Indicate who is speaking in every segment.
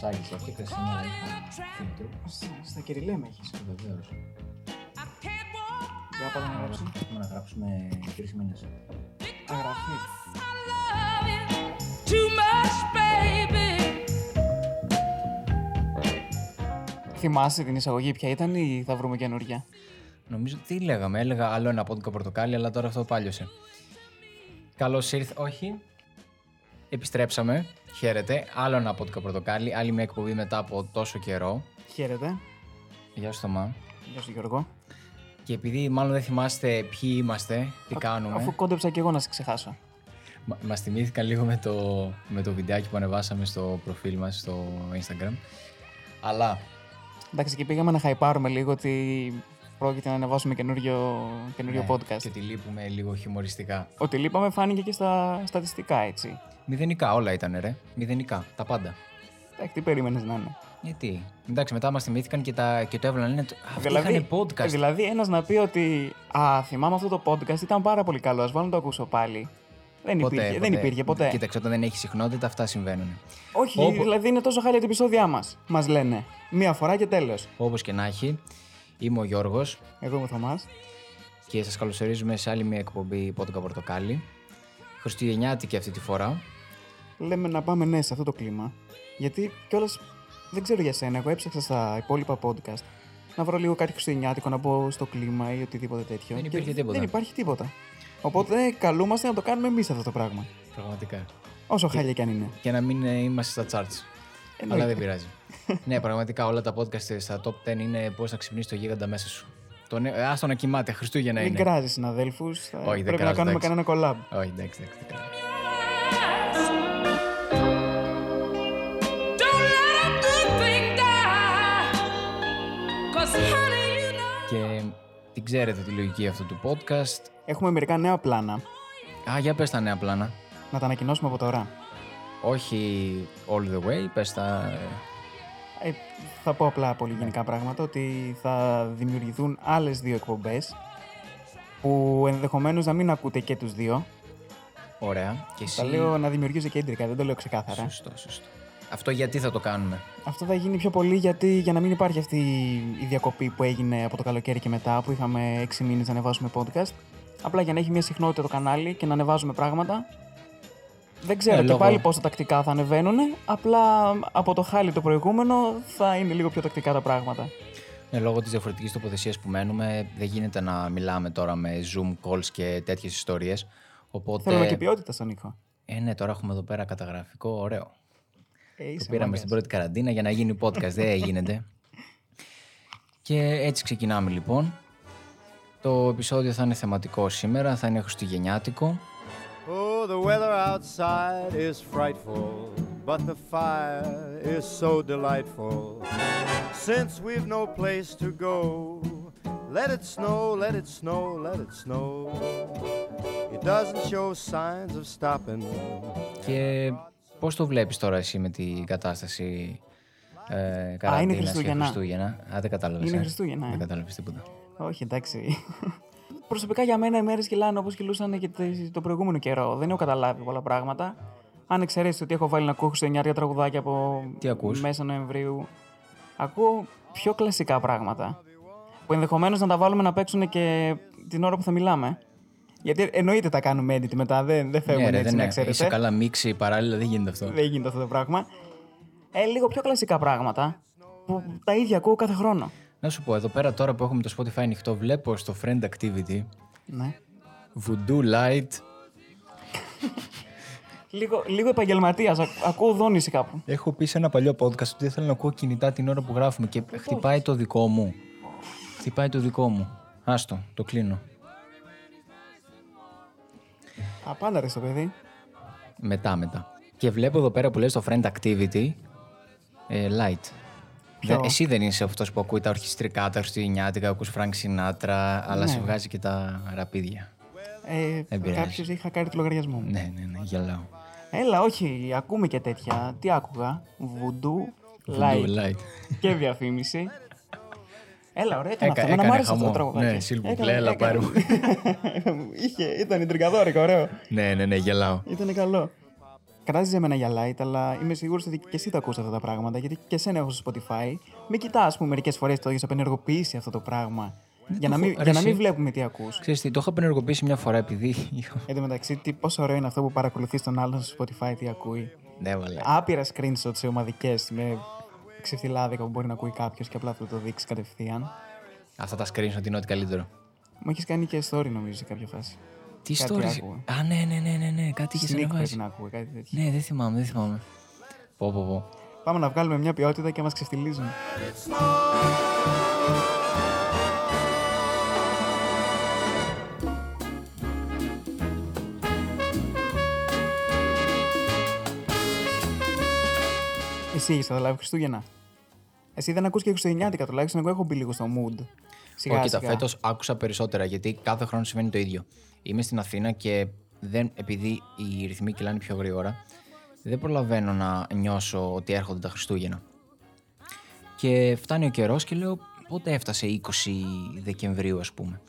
Speaker 1: Σάκης αυτή, Χριστίνα Φίντου.
Speaker 2: Στα κυριλέ με έχεις.
Speaker 1: Βεβαίως.
Speaker 2: Για πάμε να γράψουμε.
Speaker 1: Έχουμε να γράψουμε τρεις μήνες.
Speaker 2: Αγραφή. Θυμάσαι την εισαγωγή ποια ήταν ή θα βρούμε καινούργια.
Speaker 1: Νομίζω τι λέγαμε, έλεγα άλλο ένα πόντικο πορτοκάλι, αλλά τώρα αυτό πάλιωσε. Καλώς ήρθε, όχι. Επιστρέψαμε. Χαίρετε. Άλλο ένα πόντικο πορτοκάλι, άλλη μια εκπομπή μετά από τόσο καιρό.
Speaker 2: Χαίρετε.
Speaker 1: Γεια σου, Θωμά.
Speaker 2: Γεια σου Γιώργο.
Speaker 1: Και επειδή μάλλον δεν θυμάστε ποιοι είμαστε, τι κάνουμε.
Speaker 2: Αφού κόντεψα και εγώ να σε ξεχάσω.
Speaker 1: Μα μας θυμήθηκαν λίγο με το, με το βιντεάκι που ανεβάσαμε στο προφίλ μας στο Instagram. Αλλά
Speaker 2: Εντάξει και πήγαμε να χαϊπάρουμε λίγο ότι πρόκειται να ανεβάσουμε καινούριο, καινούριο
Speaker 1: ναι,
Speaker 2: podcast.
Speaker 1: και τη λείπουμε λίγο χιουμοριστικά.
Speaker 2: Ότι λείπαμε φάνηκε και στα στατιστικά έτσι.
Speaker 1: Μηδενικά όλα ήταν, ρε. Μηδενικά. Τα πάντα.
Speaker 2: Εντάξει τι περίμενες να είναι.
Speaker 1: Γιατί. Εντάξει, μετά μας θυμήθηκαν και, τα, και το έβαλαν. Λένε, αυτοί είχαν podcast.
Speaker 2: δηλαδή ένας να πει ότι Α, θυμάμαι αυτό το podcast, ήταν πάρα πολύ καλό. Ας βάλω να το ακούσω πάλι. Δεν υπήρχε ποτέ. Δεν υπήρχε ποτέ.
Speaker 1: Κοίταξε, όταν δεν έχει συχνότητα, αυτά συμβαίνουν.
Speaker 2: Όχι,
Speaker 1: Όπου-
Speaker 2: δηλαδή είναι τόσο χάλια τα επεισόδια μας. Μας λένε. Μία φορά και τέλος.
Speaker 1: Όπως και να έχει, είμαι ο Γιώργος
Speaker 2: Εγώ είμαι ο Θωμάς.
Speaker 1: και σας καλωσορίζουμε σε άλλη μια εκπομπή Πόντοκα Πορτοκάλι. Χριστουγεννιάτικη αυτή τη φορά.
Speaker 2: Λέμε να πάμε ναι σε αυτό το κλίμα. Γιατί κιόλας δεν ξέρω για σένα. Εγώ έψαξα στα υπόλοιπα podcast να βρω λίγο κάτι χριστουγεννιάτικο να μπω στο κλίμα ή οτιδήποτε τέτοιο.
Speaker 1: Δεν
Speaker 2: Και
Speaker 1: υπήρχε τίποτα.
Speaker 2: Δεν υπάρχει τίποτα. Οπότε ε, καλούμαστε να το κάνουμε εμείς αυτό το πράγμα.
Speaker 1: Πραγματικά.
Speaker 2: Όσο χάλια κι αν είναι.
Speaker 1: Και να μην ε, είμαστε στα charts.
Speaker 2: Εννοείται.
Speaker 1: Αλλά δεν πειράζει. ναι, πραγματικά όλα τα podcast στα top 10 είναι πώς να ξυπνήσει το γίγαντα μέσα σου. Τον, ε, άστο να κοιμάται, Χριστούγεννα
Speaker 2: Μην
Speaker 1: είναι.
Speaker 2: κράζει συναδέλφους. Πρέπει
Speaker 1: ναι, δεν
Speaker 2: να
Speaker 1: κράζω,
Speaker 2: κάνουμε
Speaker 1: εντάξει.
Speaker 2: κανένα collab.
Speaker 1: Όχι, εντάξει, εντάξει. εντάξει. Και την ξέρετε τη λογική αυτού του podcast.
Speaker 2: Έχουμε μερικά νέα πλάνα.
Speaker 1: Α, για πες τα νέα πλάνα.
Speaker 2: Να τα ανακοινώσουμε από τώρα.
Speaker 1: Όχι all the way, πες τα... ε,
Speaker 2: Ε, θα πω απλά πολύ
Speaker 1: Ναι.
Speaker 2: γενικά πράγματα ότι θα δημιουργηθούν άλλες δύο εκπομπές που ενδεχομένως να μην ακούτε και τους δύο.
Speaker 1: Ωραία. Και εσύ...
Speaker 2: Τα λέω να δημιουργήσω κέντρικα, δεν το λέω ξεκάθαρα.
Speaker 1: Σωστό, σωστό. Αυτό γιατί θα το κάνουμε.
Speaker 2: Αυτό θα γίνει πιο πολύ γιατί για να μην υπάρχει αυτή η διακοπή που έγινε από το καλοκαίρι και μετά που είχαμε 6 μήνες να ανεβάσουμε podcast. Απλά για να έχει μια συχνότητα το κανάλι και να ανεβάζουμε πράγματα. Δεν ξέρω
Speaker 1: Ε,
Speaker 2: και
Speaker 1: λόγω-
Speaker 2: πάλι πόσο τακτικά θα ανεβαίνουν, απλά από το χάλι το προηγούμενο θα είναι λίγο πιο τακτικά τα πράγματα.
Speaker 1: Ε, λόγω της διαφορετικής τοποθεσίας που μένουμε, δεν γίνεται να μιλάμε τώρα με Zoom calls και τέτοιες ιστορίες. Οπότε...
Speaker 2: Θέλουμε και ποιότητα στον ήχο.
Speaker 1: Ε, ναι, τώρα έχουμε εδώ πέρα καταγραφικό, ωραίο.
Speaker 2: Ε,
Speaker 1: Το
Speaker 2: είσαι
Speaker 1: πήραμε
Speaker 2: μάγκας.
Speaker 1: στην πρώτη καραντίνα για να γίνει podcast. Δεν γίνεται. Και έτσι ξεκινάμε λοιπόν. Το επεισόδιο θα είναι θεματικό σήμερα, θα είναι χριστουγεννιάτικο.
Speaker 3: Oh, the weather outside is frightful, but the fire is so delightful. Since we've no place to go, let it snow, let it snow, let it snow. It doesn't show signs of stopping.
Speaker 1: Και πώς το βλέπεις τώρα εσύ με την κατάσταση ε,
Speaker 2: Α, είναι
Speaker 1: καραντίνας και
Speaker 2: Χριστούγεννα.
Speaker 1: Χριστούγεννα. Α, δεν κατάλαβες.
Speaker 2: Είναι
Speaker 1: ε.
Speaker 2: Χριστούγεννα, ε.
Speaker 1: Δεν κατάλαβες τίποτα.
Speaker 2: Όχι, εντάξει. Προσωπικά για μένα οι μέρες κυλάνε όπως κυλούσαν και τε- το προηγούμενο καιρό. Δεν έχω καταλάβει πολλά πράγματα. Αν εξαιρέσεις ότι έχω βάλει να ακούω χριστουγεννιάτικα τραγουδάκια από
Speaker 1: Τι ακούς?
Speaker 2: μέσα Νοεμβρίου, ακούω πιο κλασικά πράγματα. Που ενδεχομένως να τα βάλουμε να παίξουν και την ώρα που θα μιλάμε. Γιατί εννοείται τα κάνουμε edit μετά, δεν, δεν φεύγουν
Speaker 1: Ναι, ρε,
Speaker 2: έτσι
Speaker 1: δεν
Speaker 2: να
Speaker 1: είναι.
Speaker 2: ξέρετε. Ναι.
Speaker 1: Είσαι καλά μίξη παράλληλα, δεν γίνεται αυτό.
Speaker 2: Δεν γίνεται αυτό το πράγμα. Ε, λίγο πιο κλασικά πράγματα που τα ίδια ακούω κάθε χρόνο.
Speaker 1: Να σου πω, εδώ πέρα τώρα που έχουμε το Spotify ανοιχτό, βλέπω στο Friend Activity
Speaker 2: Ναι.
Speaker 1: Voodoo Light.
Speaker 2: Λίγο, λίγο επαγγελματίας. Ακούω δόνηση κάπου.
Speaker 1: Έχω πει σε ένα παλιό podcast ότι δεν θέλω να ακούω κινητά την ώρα που γράφουμε και χτυπάει το δικό μου. Χτυπάει το δικό μου. Άστο, το κλείνω.
Speaker 2: Απάντα ρε στο παιδί.
Speaker 1: Μετά, μετά. Και βλέπω εδώ πέρα που λέει στο friend activity ε, light.
Speaker 2: Ποιο?
Speaker 1: Δε- εσύ δεν είσαι αυτός που ακούει τα ορχιστρικά, τα χριστουγεννιάτικα, ακούς Frank Sinatra, αλλά σε βγάζει και τα ραπίδια.
Speaker 2: Ε,
Speaker 1: Δεν πειράζει.
Speaker 2: Κάποιος είχα κάνει το λογαριασμό μου.
Speaker 1: Ναι, ναι, ναι, γελάω.
Speaker 2: Έλα, όχι, ακούμε και τέτοια. Τι άκουγα. Βουντού,
Speaker 1: Voodoo
Speaker 2: like
Speaker 1: light.
Speaker 2: και διαφήμιση. Έλα, ωραία, έκανα
Speaker 1: Έκα-
Speaker 2: αυτό. Εμένα
Speaker 1: έκανε
Speaker 2: μου άρεσε αυτό το
Speaker 1: χαμό.
Speaker 2: τραγουδάκι.
Speaker 1: Ναι, Silver
Speaker 2: Έκανε-
Speaker 1: Play, έλα,
Speaker 2: έκανε.
Speaker 1: πάρε μου.
Speaker 2: Είχε, ήταν τριγκαδόρικο, ωραίο.
Speaker 1: ναι, ναι, ναι, γελάω.
Speaker 2: Ήταν καλό. Κράζεις εμένα για light, αλλά είμαι σίγουρος ότι και εσύ τα ακούς αυτά τα πράγματα, γιατί και εσένα έχω στο Spotify. Με κοιτά, που μερικές φορές το έχεις απενεργοποιήσει αυτό το πράγμα. Για να, μην,
Speaker 1: έχω-
Speaker 2: για να
Speaker 1: ρε,
Speaker 2: μην
Speaker 1: εσύ.
Speaker 2: βλέπουμε τι ακούς.
Speaker 1: Ξέρεις τι, το είχα απενεργοποιήσει μια φορά επειδή...
Speaker 2: Εν τω μεταξύ, τι, πόσο ωραίο είναι αυτό που παρακολουθείς τον άλλον στο Spotify τι ακούει.
Speaker 1: ναι, βαλέ.
Speaker 2: Άπειρα screenshots σε ομαδικές με ξεφτιλάδικα που μπορεί να ακούει κάποιος και απλά θα το δείξει κατευθείαν.
Speaker 1: Αυτά τα screenshot είναι ό,τι καλύτερο.
Speaker 2: Μου έχεις κάνει και story νομίζω σε κάποια φάση.
Speaker 1: Τι
Speaker 2: Κάτι
Speaker 1: stories.
Speaker 2: άκουγα.
Speaker 1: Α, ναι, ναι, ναι, ναι, ναι. κάτι είχε
Speaker 2: Sneak πρέπει
Speaker 1: ανεβάσει.
Speaker 2: να ακούω, κάτι τέτοιο.
Speaker 1: Ναι, δεν θυμάμαι, δεν θυμάμαι. Πω, πω, πω.
Speaker 2: Πάμε να βγάλουμε μια ποιότητα και μα ξεφτιλίζουν. Εσύ έχει καταλάβει Χριστούγεννα. Εσύ δεν ακούς και Χριστουγεννιάτικα, τουλάχιστον εγώ έχω μπει λίγο στο mood. Σιγά
Speaker 1: Ω, κοίτα,
Speaker 2: σιγά.
Speaker 1: φέτος άκουσα περισσότερα γιατί κάθε χρόνο συμβαίνει το ίδιο. Είμαι στην Αθήνα και δεν, επειδή οι ρυθμοί κυλάνε πιο γρήγορα, δεν προλαβαίνω να νιώσω ότι έρχονται τα Χριστούγεννα. Και φτάνει ο καιρός και λέω πότε έφτασε 20 Δεκεμβρίου, ας πούμε.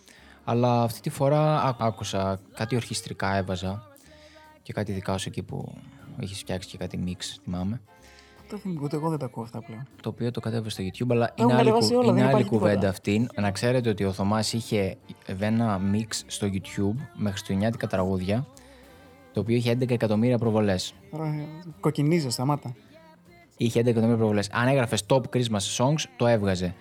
Speaker 1: Αλλά αυτή τη φορά άκου- άκουσα κάτι ορχιστρικά έβαζα και κάτι δικά σου εκεί που έχεις φτιάξει και κάτι μίξ, θυμάμαι.
Speaker 2: Το θυμικό, ούτε εγώ δεν τα ακούω αυτά πλέον.
Speaker 1: το οποίο το κατέβασε στο YouTube, αλλά
Speaker 2: Τα
Speaker 1: είναι
Speaker 2: έχουν
Speaker 1: άλλη,
Speaker 2: κατεβάσει
Speaker 1: κου-
Speaker 2: όλα,
Speaker 1: είναι
Speaker 2: δεν
Speaker 1: άλλη
Speaker 2: υπάρχει τίποτα.
Speaker 1: κουβέντα αυτή. Να ξέρετε ότι ο Θωμάς είχε ένα μίξ στο YouTube με χριστουγεννιάτικα τραγούδια, το οποίο είχε 11 εκατομμύρια προβολές.
Speaker 2: Ρε, Κοκκινίζω, σταμάτα.
Speaker 1: Είχε 11 εκατομμύρια προβολές. Αν έγραφες top Christmas songs, το έβγαζε. Και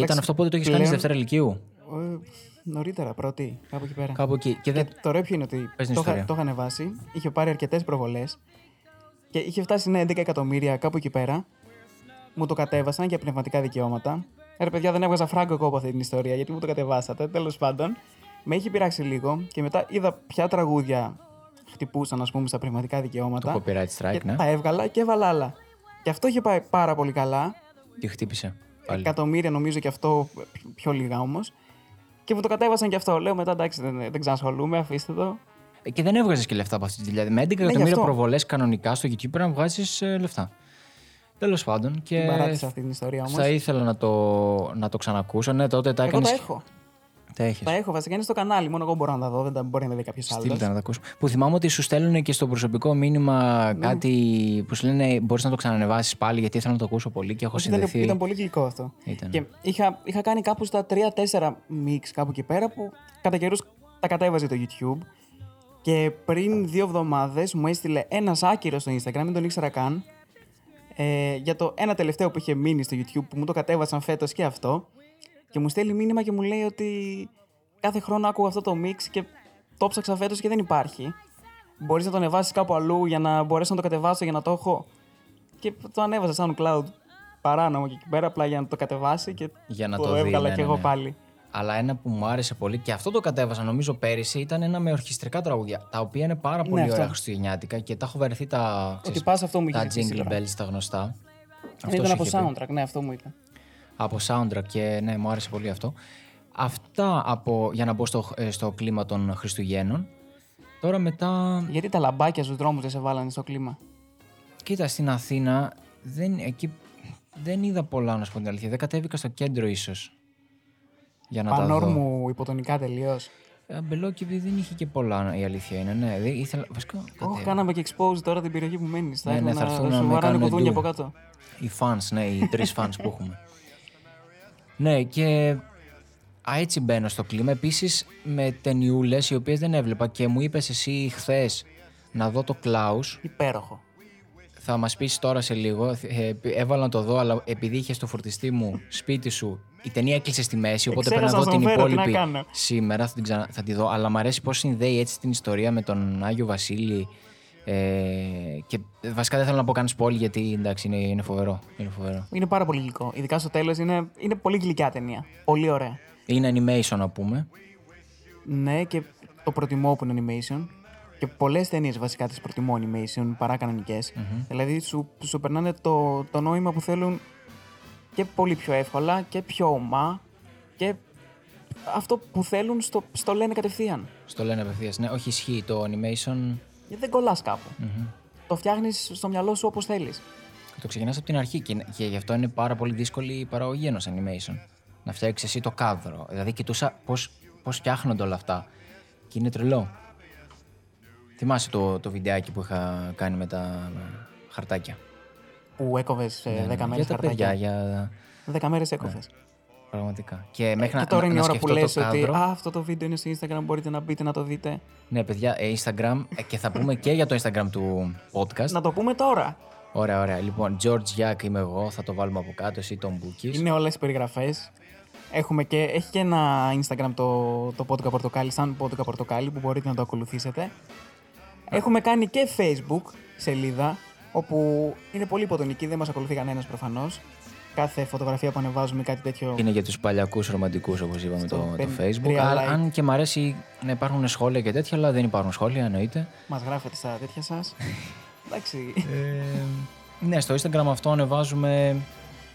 Speaker 1: ήταν
Speaker 2: Εντάξει,
Speaker 1: αυτό πότε το έχεις κάνει στη
Speaker 2: πλέον-
Speaker 1: Δευτέρα Λυκειού.
Speaker 2: Ε, νωρίτερα, πρώτη, κάπου εκεί πέρα.
Speaker 1: Κάπου εκεί. Και δεν.
Speaker 2: Το ωραίο ποιο είναι ότι
Speaker 1: Πες την
Speaker 2: το, είχα,
Speaker 1: ιστορία.
Speaker 2: το είχα ανεβάσει, είχε πάρει αρκετές προβολές και είχε φτάσει ναι, 11 εκατομμύρια κάπου εκεί πέρα. Μου το κατέβασαν για πνευματικά δικαιώματα. Ε, Ρε παιδιά, δεν έβγαζα φράγκο εγώ από αυτή την ιστορία γιατί μου το κατεβάσατε. Τέλος πάντων, με είχε πειράξει λίγο και μετά είδα ποια τραγούδια χτυπούσαν, ας πούμε, στα πνευματικά δικαιώματα.
Speaker 1: Το copyright strike,
Speaker 2: και
Speaker 1: ναι.
Speaker 2: τα έβγαλα και έβαλα άλλα. Και αυτό είχε πάει πάρα πολύ καλά.
Speaker 1: Και χτύπησε. Πάλι.
Speaker 2: Εκατομμύρια νομίζω και αυτό, πιο- πιο λίγα όμως. Και μου το κατέβασαν και αυτό. Λέω μετά εντάξει, δεν, δεν ξανασχολούμαι, αφήστε το.
Speaker 1: Ε, Και δεν έβγαζες και λεφτά από αυτή τη δουλειά. Με 11 εκατομμύρια
Speaker 2: Ναι, αυτό.
Speaker 1: προβολές κανονικά στο YouTube πρέπει να βγάζεις λεφτά. Τέλος πάντων. Και
Speaker 2: Την παράτησα αυτή την ιστορία όμως.
Speaker 1: Ε, θα ήθελα να το, να το ξανακούσω. Ναι, τότε τα
Speaker 2: Εγώ
Speaker 1: έκανες.
Speaker 2: τα έχω.
Speaker 1: Τα έχεις.
Speaker 2: Τα έχω βασικά είναι στο κανάλι. Μόνο εγώ μπορώ να τα δω. Δεν τα μπορεί να τα δει κάποιος άλλος.
Speaker 1: Στείλτε να τα ακούσουμε. Που θυμάμαι ότι σου στέλνουν και στο προσωπικό μήνυμα
Speaker 2: Ναι.
Speaker 1: κάτι που σου λένε μπορείς να το ξανανεβάσεις πάλι γιατί ήθελα να το ακούσω πολύ και έχω
Speaker 2: Ήταν,
Speaker 1: συνδεθεί.
Speaker 2: ήταν πολύ γλυκό αυτό.
Speaker 1: Ήταν.
Speaker 2: Και είχα, είχα κάνει κάπου στα 3-4 mix κάπου εκεί πέρα που κατά καιρούς τα κατέβαζε το YouTube. Και πριν δύο εβδομάδες μου έστειλε ένας άκυρο στο Instagram, δεν τον ήξερα καν. Ε, για το ένα τελευταίο που είχε μείνει στο YouTube που μου το κατέβασαν φέτος και αυτό. Και μου στέλνει μήνυμα και μου λέει ότι κάθε χρόνο άκουγα αυτό το mix και το ψάξα φέτος και δεν υπάρχει. Μπορείς να το ανεβάσεις κάπου αλλού για να μπορέσω να το κατεβάσω για να το έχω. Και το ανέβασα σαν cloud παράνομο και εκεί πέρα απλά για να το κατεβάσει και
Speaker 1: Για να
Speaker 2: το,
Speaker 1: το δει,
Speaker 2: έβγαλα
Speaker 1: ναι,
Speaker 2: και
Speaker 1: ναι,
Speaker 2: εγώ
Speaker 1: ναι.
Speaker 2: πάλι.
Speaker 1: Αλλά ένα που μου άρεσε πολύ και αυτό το κατέβασα νομίζω πέρυσι ήταν ένα με ορχιστρικά τραγούδια τα οποία είναι πάρα πολύ
Speaker 2: αυτό.
Speaker 1: ωραία χριστουγεννιάτικα και τα έχω βαρεθεί τα, ξέρεις,
Speaker 2: Ναι, πας, αυτό μου
Speaker 1: τα
Speaker 2: είχες ζητήσει
Speaker 1: jingle
Speaker 2: τώρα.
Speaker 1: bells τα γνωστά.
Speaker 2: Αυτό
Speaker 1: Αυτός
Speaker 2: ήταν από
Speaker 1: είχε πει.
Speaker 2: soundtrack, ναι, αυτό μου ήταν.
Speaker 1: από soundtrack και ναι, μου άρεσε πολύ αυτό. Αυτά από, για να μπω στο, ε, στο κλίμα των Χριστουγέννων. Τώρα μετά
Speaker 2: Γιατί τα λαμπάκια στους δρόμους δεν σε βάλανε στο κλίμα.
Speaker 1: Κοίτα, στην Αθήνα δεν, εκεί, δεν είδα πολλά να σου πω την αλήθεια. Δεν κατέβηκα στο κέντρο ίσως. Για να τα δω.
Speaker 2: Πανόρμου υποτονικά τελείως.
Speaker 1: Ε, Μπελόκηπη δεν είχε και πολλά, η αλήθεια είναι. Ναι, δεν ήθελα. Βασικά,
Speaker 2: Όχι,
Speaker 1: κατέβη-
Speaker 2: κάναμε και expose τώρα την περιοχή που μένεις.
Speaker 1: Ναι, ναι, θα έρθουν να με
Speaker 2: βαράνε
Speaker 1: κάνουν ντου.
Speaker 2: κουδούνια από κάτω.
Speaker 1: Οι fans, ναι, οι τρεις fans που έχουμε. Ναι, και α, έτσι μπαίνω στο κλίμα. Επίσης με ταινιούλες οι οποίες δεν έβλεπα και μου είπες εσύ χθες να δω το Klaus.
Speaker 2: Υπέροχο.
Speaker 1: Θα μας πεις τώρα σε λίγο. Ε, έβαλα να το δω, αλλά επειδή είχες στο φορτιστή μου σπίτι σου, η ταινία έκλεισε στη μέση. Οπότε πρέπει
Speaker 2: Εξέχασα
Speaker 1: να
Speaker 2: να
Speaker 1: δω την
Speaker 2: τον φέρω, τι να
Speaker 1: υπόλοιπη
Speaker 2: κάνω.
Speaker 1: σήμερα. Θα, την ξανα... θα τη δω. Αλλά μου αρέσει πώς συνδέει έτσι την ιστορία με τον Άγιο Βασίλη. Ε, και βασικά δεν θέλω να πω καν spoil γιατί εντάξει είναι, είναι φοβερό. Είναι φοβερό.
Speaker 2: Είναι πάρα πολύ γλυκό. Ειδικά στο τέλος είναι, είναι πολύ γλυκιά ταινία. Πολύ ωραία.
Speaker 1: Είναι animation να πούμε.
Speaker 2: Ναι, και το προτιμώ open animation. Και πολλές ταινίες βασικά τις προτιμώ animation παρά κανονικές. Δηλαδή σου, σου περνάνε το, το νόημα που θέλουν και πολύ πιο εύκολα και πιο ομά και αυτό που θέλουν στο, στο λένε κατευθείαν.
Speaker 1: Στο λένε απευθείας. Ναι, όχι ισχύει το animation.
Speaker 2: Γιατί δεν κολλάς Το φτιάχνεις στο μυαλό σου όπως θέλεις.
Speaker 1: Το ξεκινάς από την αρχή και, και γι' αυτό είναι πάρα πολύ δύσκολη η παραγωγή ενός animation. Να φτιάξεις εσύ το κάδρο. Δηλαδή, κοιτούσα πώς πώς φτιάχνονται όλα αυτά. Και είναι τρελό. Θυμάσαι το, το βιντεάκι που είχα κάνει με τα ε, χαρτάκια.
Speaker 2: Που έκοβες 10 μέρε
Speaker 1: Ναι, για τα παιδιά,
Speaker 2: χαρτάκια.
Speaker 1: για...
Speaker 2: 10 μέρες έκοβες.
Speaker 1: Πραγματικά. Και μέχρι
Speaker 2: Ε, Και
Speaker 1: να,
Speaker 2: τώρα
Speaker 1: να,
Speaker 2: είναι η
Speaker 1: να
Speaker 2: ώρα που
Speaker 1: σκεφτώ
Speaker 2: λες
Speaker 1: το
Speaker 2: ότι
Speaker 1: κάδρο.
Speaker 2: «Α, αυτό το βίντεο είναι στο Instagram, μπορείτε να μπείτε να το δείτε.
Speaker 1: Ναι, παιδιά, ε, Instagram. ε, και θα πούμε και για το Instagram του podcast.
Speaker 2: Να το πούμε τώρα.
Speaker 1: Ωραία, ωραία. Λοιπόν, George Yak είμαι εγώ, θα το βάλουμε από κάτω, εσύ τον Μπούκης.
Speaker 2: Είναι όλες οι περιγραφές. Έχουμε και, έχει και ένα Instagram το, το Πόντικα Πορτοκάλι, σαν Πόντικα Πορτοκάλι, που μπορείτε να το ακολουθήσετε. Έχουμε κάνει και Facebook σελίδα, όπου είναι πολύ υποτονική, δεν μας ακολουθεί κανένας προφανώς. Κάθε φωτογραφία που ανεβάζουμε ή κάτι τέτοιο.
Speaker 1: Είναι για τους παλιακούς ρομαντικούς, όπως είπαμε,
Speaker 2: Στο
Speaker 1: το, το
Speaker 2: πεν-
Speaker 1: Facebook.
Speaker 2: real
Speaker 1: Αλλά,
Speaker 2: life.
Speaker 1: αν και μ' αρέσει να υπάρχουν σχόλια και τέτοια, αλλά δεν υπάρχουν σχόλια, εννοείται.
Speaker 2: Μας γράφετε στα τέτοια σας. Εντάξει.
Speaker 1: ναι, στο Instagram αυτό ανεβάζουμε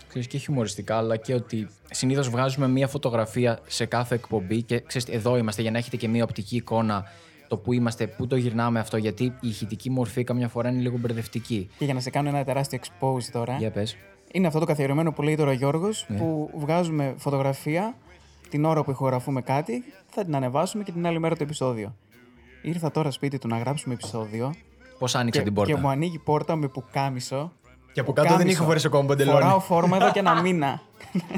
Speaker 1: ξέρεις, και χιουμοριστικά, αλλά και ότι συνήθως βγάζουμε μία φωτογραφία σε κάθε εκπομπή και ξέρεις, εδώ είμαστε για να έχετε και μία οπτική εικόνα το που είμαστε, πού το γυρνάμε αυτό, γιατί η ηχητική μορφή καμιά φορά είναι λίγο μπερδευτική.
Speaker 2: και για να σε κάνω ένα τεράστιο expose τώρα.
Speaker 1: Για πες.
Speaker 2: Είναι αυτό το καθιερωμένο που λέει τώρα ο Γιώργος,
Speaker 1: Ναι.
Speaker 2: που βγάζουμε φωτογραφία την ώρα που ηχογραφούμε κάτι, θα την ανεβάσουμε και την άλλη μέρα το επεισόδιο. Ήρθα τώρα σπίτι του να γράψουμε επεισόδιο
Speaker 1: Πώς άνοιξε
Speaker 2: και,
Speaker 1: την πόρτα.
Speaker 2: και μου ανοίγει πόρτα με πουκάμισο.
Speaker 1: Και από
Speaker 2: Πουκάμισο. Φοράω φόρμα εδώ και ένα μήνα.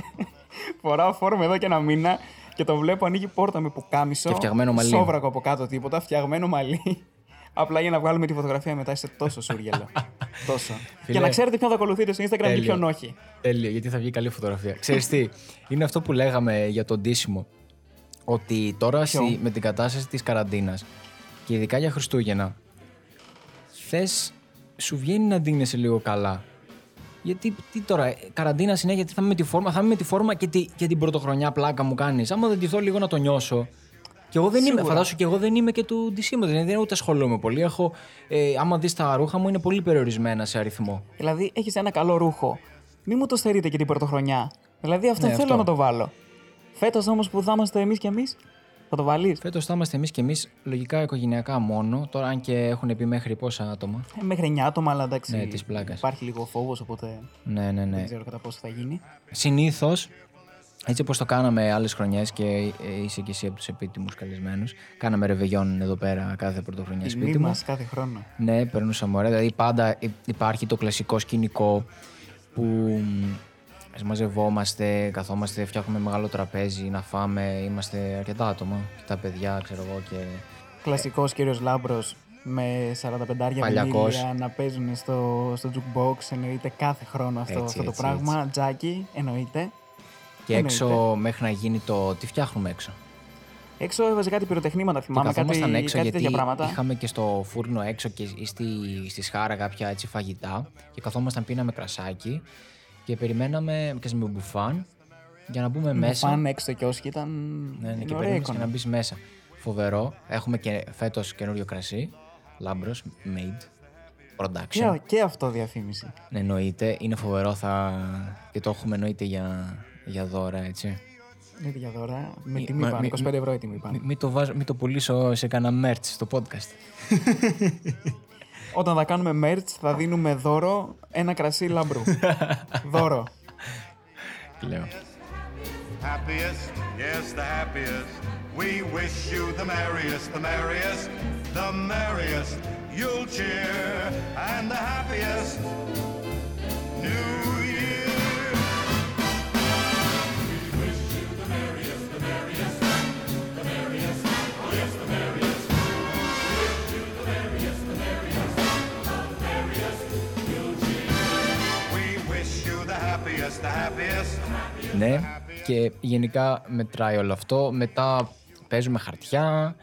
Speaker 2: Φοράω φόρμα εδώ και ένα μήνα και τον βλέπω ανοίγει πόρτα με πουκάμισο.
Speaker 1: Και φτιαγμένο μαλλί.
Speaker 2: Σόβρακο από κάτω τίποτα, φτιαγμένο μαλλί. Απλά για να βγάλουμε τη φωτογραφία μετά είσαι τόσο σούργελο. τόσο.
Speaker 1: Φίλε.
Speaker 2: Και να ξέρετε ποιον θα ακολουθείτε στο Instagram και
Speaker 1: Τέλειο.
Speaker 2: ποιον όχι.
Speaker 1: Τέλεια, γιατί θα βγει καλή φωτογραφία. Ξέρεις τι, είναι αυτό που λέγαμε για τον ντύσιμο. Ότι τώρα στη-
Speaker 2: Ποιο?
Speaker 1: με την κατάσταση της καραντίνας και ειδικά για Χριστούγεννα, θες, σου βγαίνει να ντύνεσαι λίγο καλά. Γιατί τι τώρα, ε, καραντίνα συνέχεια, τι θα είμαι με τη φόρμα, θα είμαι με τη φόρμα και, τη, και την πρωτοχρονιά πλάκα μου κάνεις. Άμα δεν ντυθώ λίγο να το νιώσω. Και εγώ δεν είμαι,
Speaker 2: Σίγουρα.
Speaker 1: φαντάσου και εγώ δεν είμαι και του ντυσίμου, δηλαδή δεν ούτε ασχολούμαι πολύ. Έχω, ε, άμα δεις τα ρούχα μου, είναι πολύ περιορισμένα σε αριθμό.
Speaker 2: Δηλαδή, έχεις ένα καλό ρούχο. Μη μου το στερείτε και την πρωτοχρονιά. Δηλαδή, αυτό
Speaker 1: Ναι,
Speaker 2: θέλω
Speaker 1: αυτό.
Speaker 2: να το βάλω. Φέτος όμως που θα είμαστε εμείς κι εμείς, θα το βάλεις.
Speaker 1: Φέτος θα είμαστε εμείς και εμείς λογικά οικογενειακά μόνο. Τώρα, αν και έχουν πει μέχρι πόσα άτομα.
Speaker 2: Ε, Μέχρι 9 άτομα, αλλά εντάξει.
Speaker 1: Ναι, της πλάκας.
Speaker 2: Υπάρχει λίγο φόβος, οπότε
Speaker 1: Ναι, ναι, ναι.
Speaker 2: δεν ξέρω κατά πόσο θα γίνει.
Speaker 1: Συνήθως, έτσι όπως το κάναμε άλλες χρονιές και ε, είσαι και εσύ από τους επίτιμους καλεσμένους, κάναμε ρεβεγιόν εδώ πέρα κάθε πρωτοχρονιά
Speaker 2: Τιμή
Speaker 1: σπίτι
Speaker 2: μα
Speaker 1: μας.
Speaker 2: κάθε χρόνο.
Speaker 1: Ναι, περνούσαμε ωραία. Δηλαδή, πάντα υ- υπάρχει το κλασικό σκηνικό που μ, ας μαζευόμαστε, καθόμαστε, φτιάχνουμε μεγάλο τραπέζι να φάμε. Είμαστε αρκετά άτομα. Και τα παιδιά, ξέρω εγώ, και
Speaker 2: Κλασικός κύριος Λάμπρος με 45
Speaker 1: Παλιακός.
Speaker 2: βινίλια να παίζουν στο, στο jukebox. Εννοείται κάθε χρόνο αυτό,
Speaker 1: Έτσι,
Speaker 2: αυτό το
Speaker 1: έτσι,
Speaker 2: πράγμα. Τζάκι, εννοείται.
Speaker 1: Και
Speaker 2: Εννοείται.
Speaker 1: έξω μέχρι να γίνει το τι φτιάχνουμε έξω.
Speaker 2: Έξω έβαζε κάτι πυροτεχνήματα,
Speaker 1: Που
Speaker 2: θυμάμαι. Κάτι,
Speaker 1: καθόμασταν έξω
Speaker 2: κάτι
Speaker 1: γιατί
Speaker 2: τέτοια πράγματα.
Speaker 1: είχαμε και στο φούρνο έξω και ή στη, στη σχάρα κάποια έτσι φαγητά και καθόμασταν πίναμε κρασάκι και περιμέναμε και με μπουφάν για να μπούμε μέσα.
Speaker 2: Φαν έξω το κιόσκι ήταν.
Speaker 1: Ναι, ναι,
Speaker 2: είναι
Speaker 1: και
Speaker 2: ωραία
Speaker 1: περίμενες και
Speaker 2: εικόνα.
Speaker 1: να μπεις μέσα. Φοβερό. Έχουμε και φέτος καινούριο κρασί. Λάμπρος, made, production.
Speaker 2: Και, και αυτό διαφήμιση.
Speaker 1: Εννοείται, είναι φοβερό θα... και το έχουμε εννοείται για, για δώρα, έτσι.
Speaker 2: Είναι για δώρα. Με
Speaker 1: Ε,
Speaker 2: τιμή
Speaker 1: μα-
Speaker 2: πάνω.
Speaker 1: μη-
Speaker 2: 25 ευρώ η τιμή
Speaker 1: Μην
Speaker 2: πάνω.
Speaker 1: μη το, βάζω- μη το πουλήσω σε κανένα merch στο podcast.
Speaker 2: Όταν θα κάνουμε merch θα δίνουμε δώρο ένα κρασί λαμπρού. δώρο.
Speaker 1: Λέω.
Speaker 4: happiest, yes, the happiest. We wish you the merriest, the merriest, the merriest. You'll cheer and the happiest New Year. We wish you the happiest, the happiest.
Speaker 1: Ναι, και γενικά μετράει όλο αυτό. Μετά παίζουμε χαρτιά.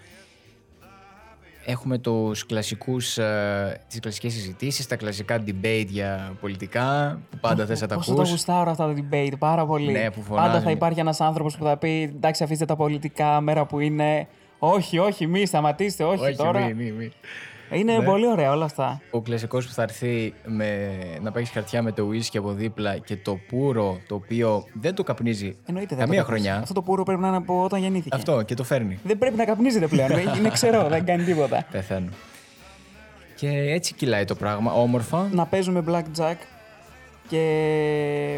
Speaker 1: Έχουμε τους κλασικούς, ε, τις κλασικές συζητήσεις, τα κλασικά debate για πολιτικά, που πάντα θες να τα
Speaker 2: Πόσο το
Speaker 1: ακούς.
Speaker 2: γουστάρω αυτά τα debate, πάρα πολύ.
Speaker 1: Ναι, που φωνάζουν.
Speaker 2: Πάντα θα υπάρχει ένας άνθρωπος που θα πει εντάξει, αφήστε τα πολιτικά μέρα που είναι. Όχι, όχι, μη σταματήστε, όχι, τώρα.
Speaker 1: μη, Ναι. μη, μη.
Speaker 2: Είναι πολύ ωραία όλα αυτά.
Speaker 1: Ο κλασικός που θα έρθει με, να παίξεις χαρτιά με το whisky από δίπλα και το πουρο, το οποίο δεν το καπνίζει
Speaker 2: Εννοείται δεν
Speaker 1: καμία
Speaker 2: το κάνεις.
Speaker 1: χρονιά.
Speaker 2: Αυτό το πουρο πρέπει να είναι από όταν γεννήθηκε.
Speaker 1: Αυτό και το φέρνει.
Speaker 2: Δεν πρέπει να καπνίζεται πλέον. είναι ξερό, δεν κάνει τίποτα.
Speaker 1: Πεθαίνω. Και έτσι κυλάει το πράγμα, όμορφα.
Speaker 2: να παίζουμε blackjack και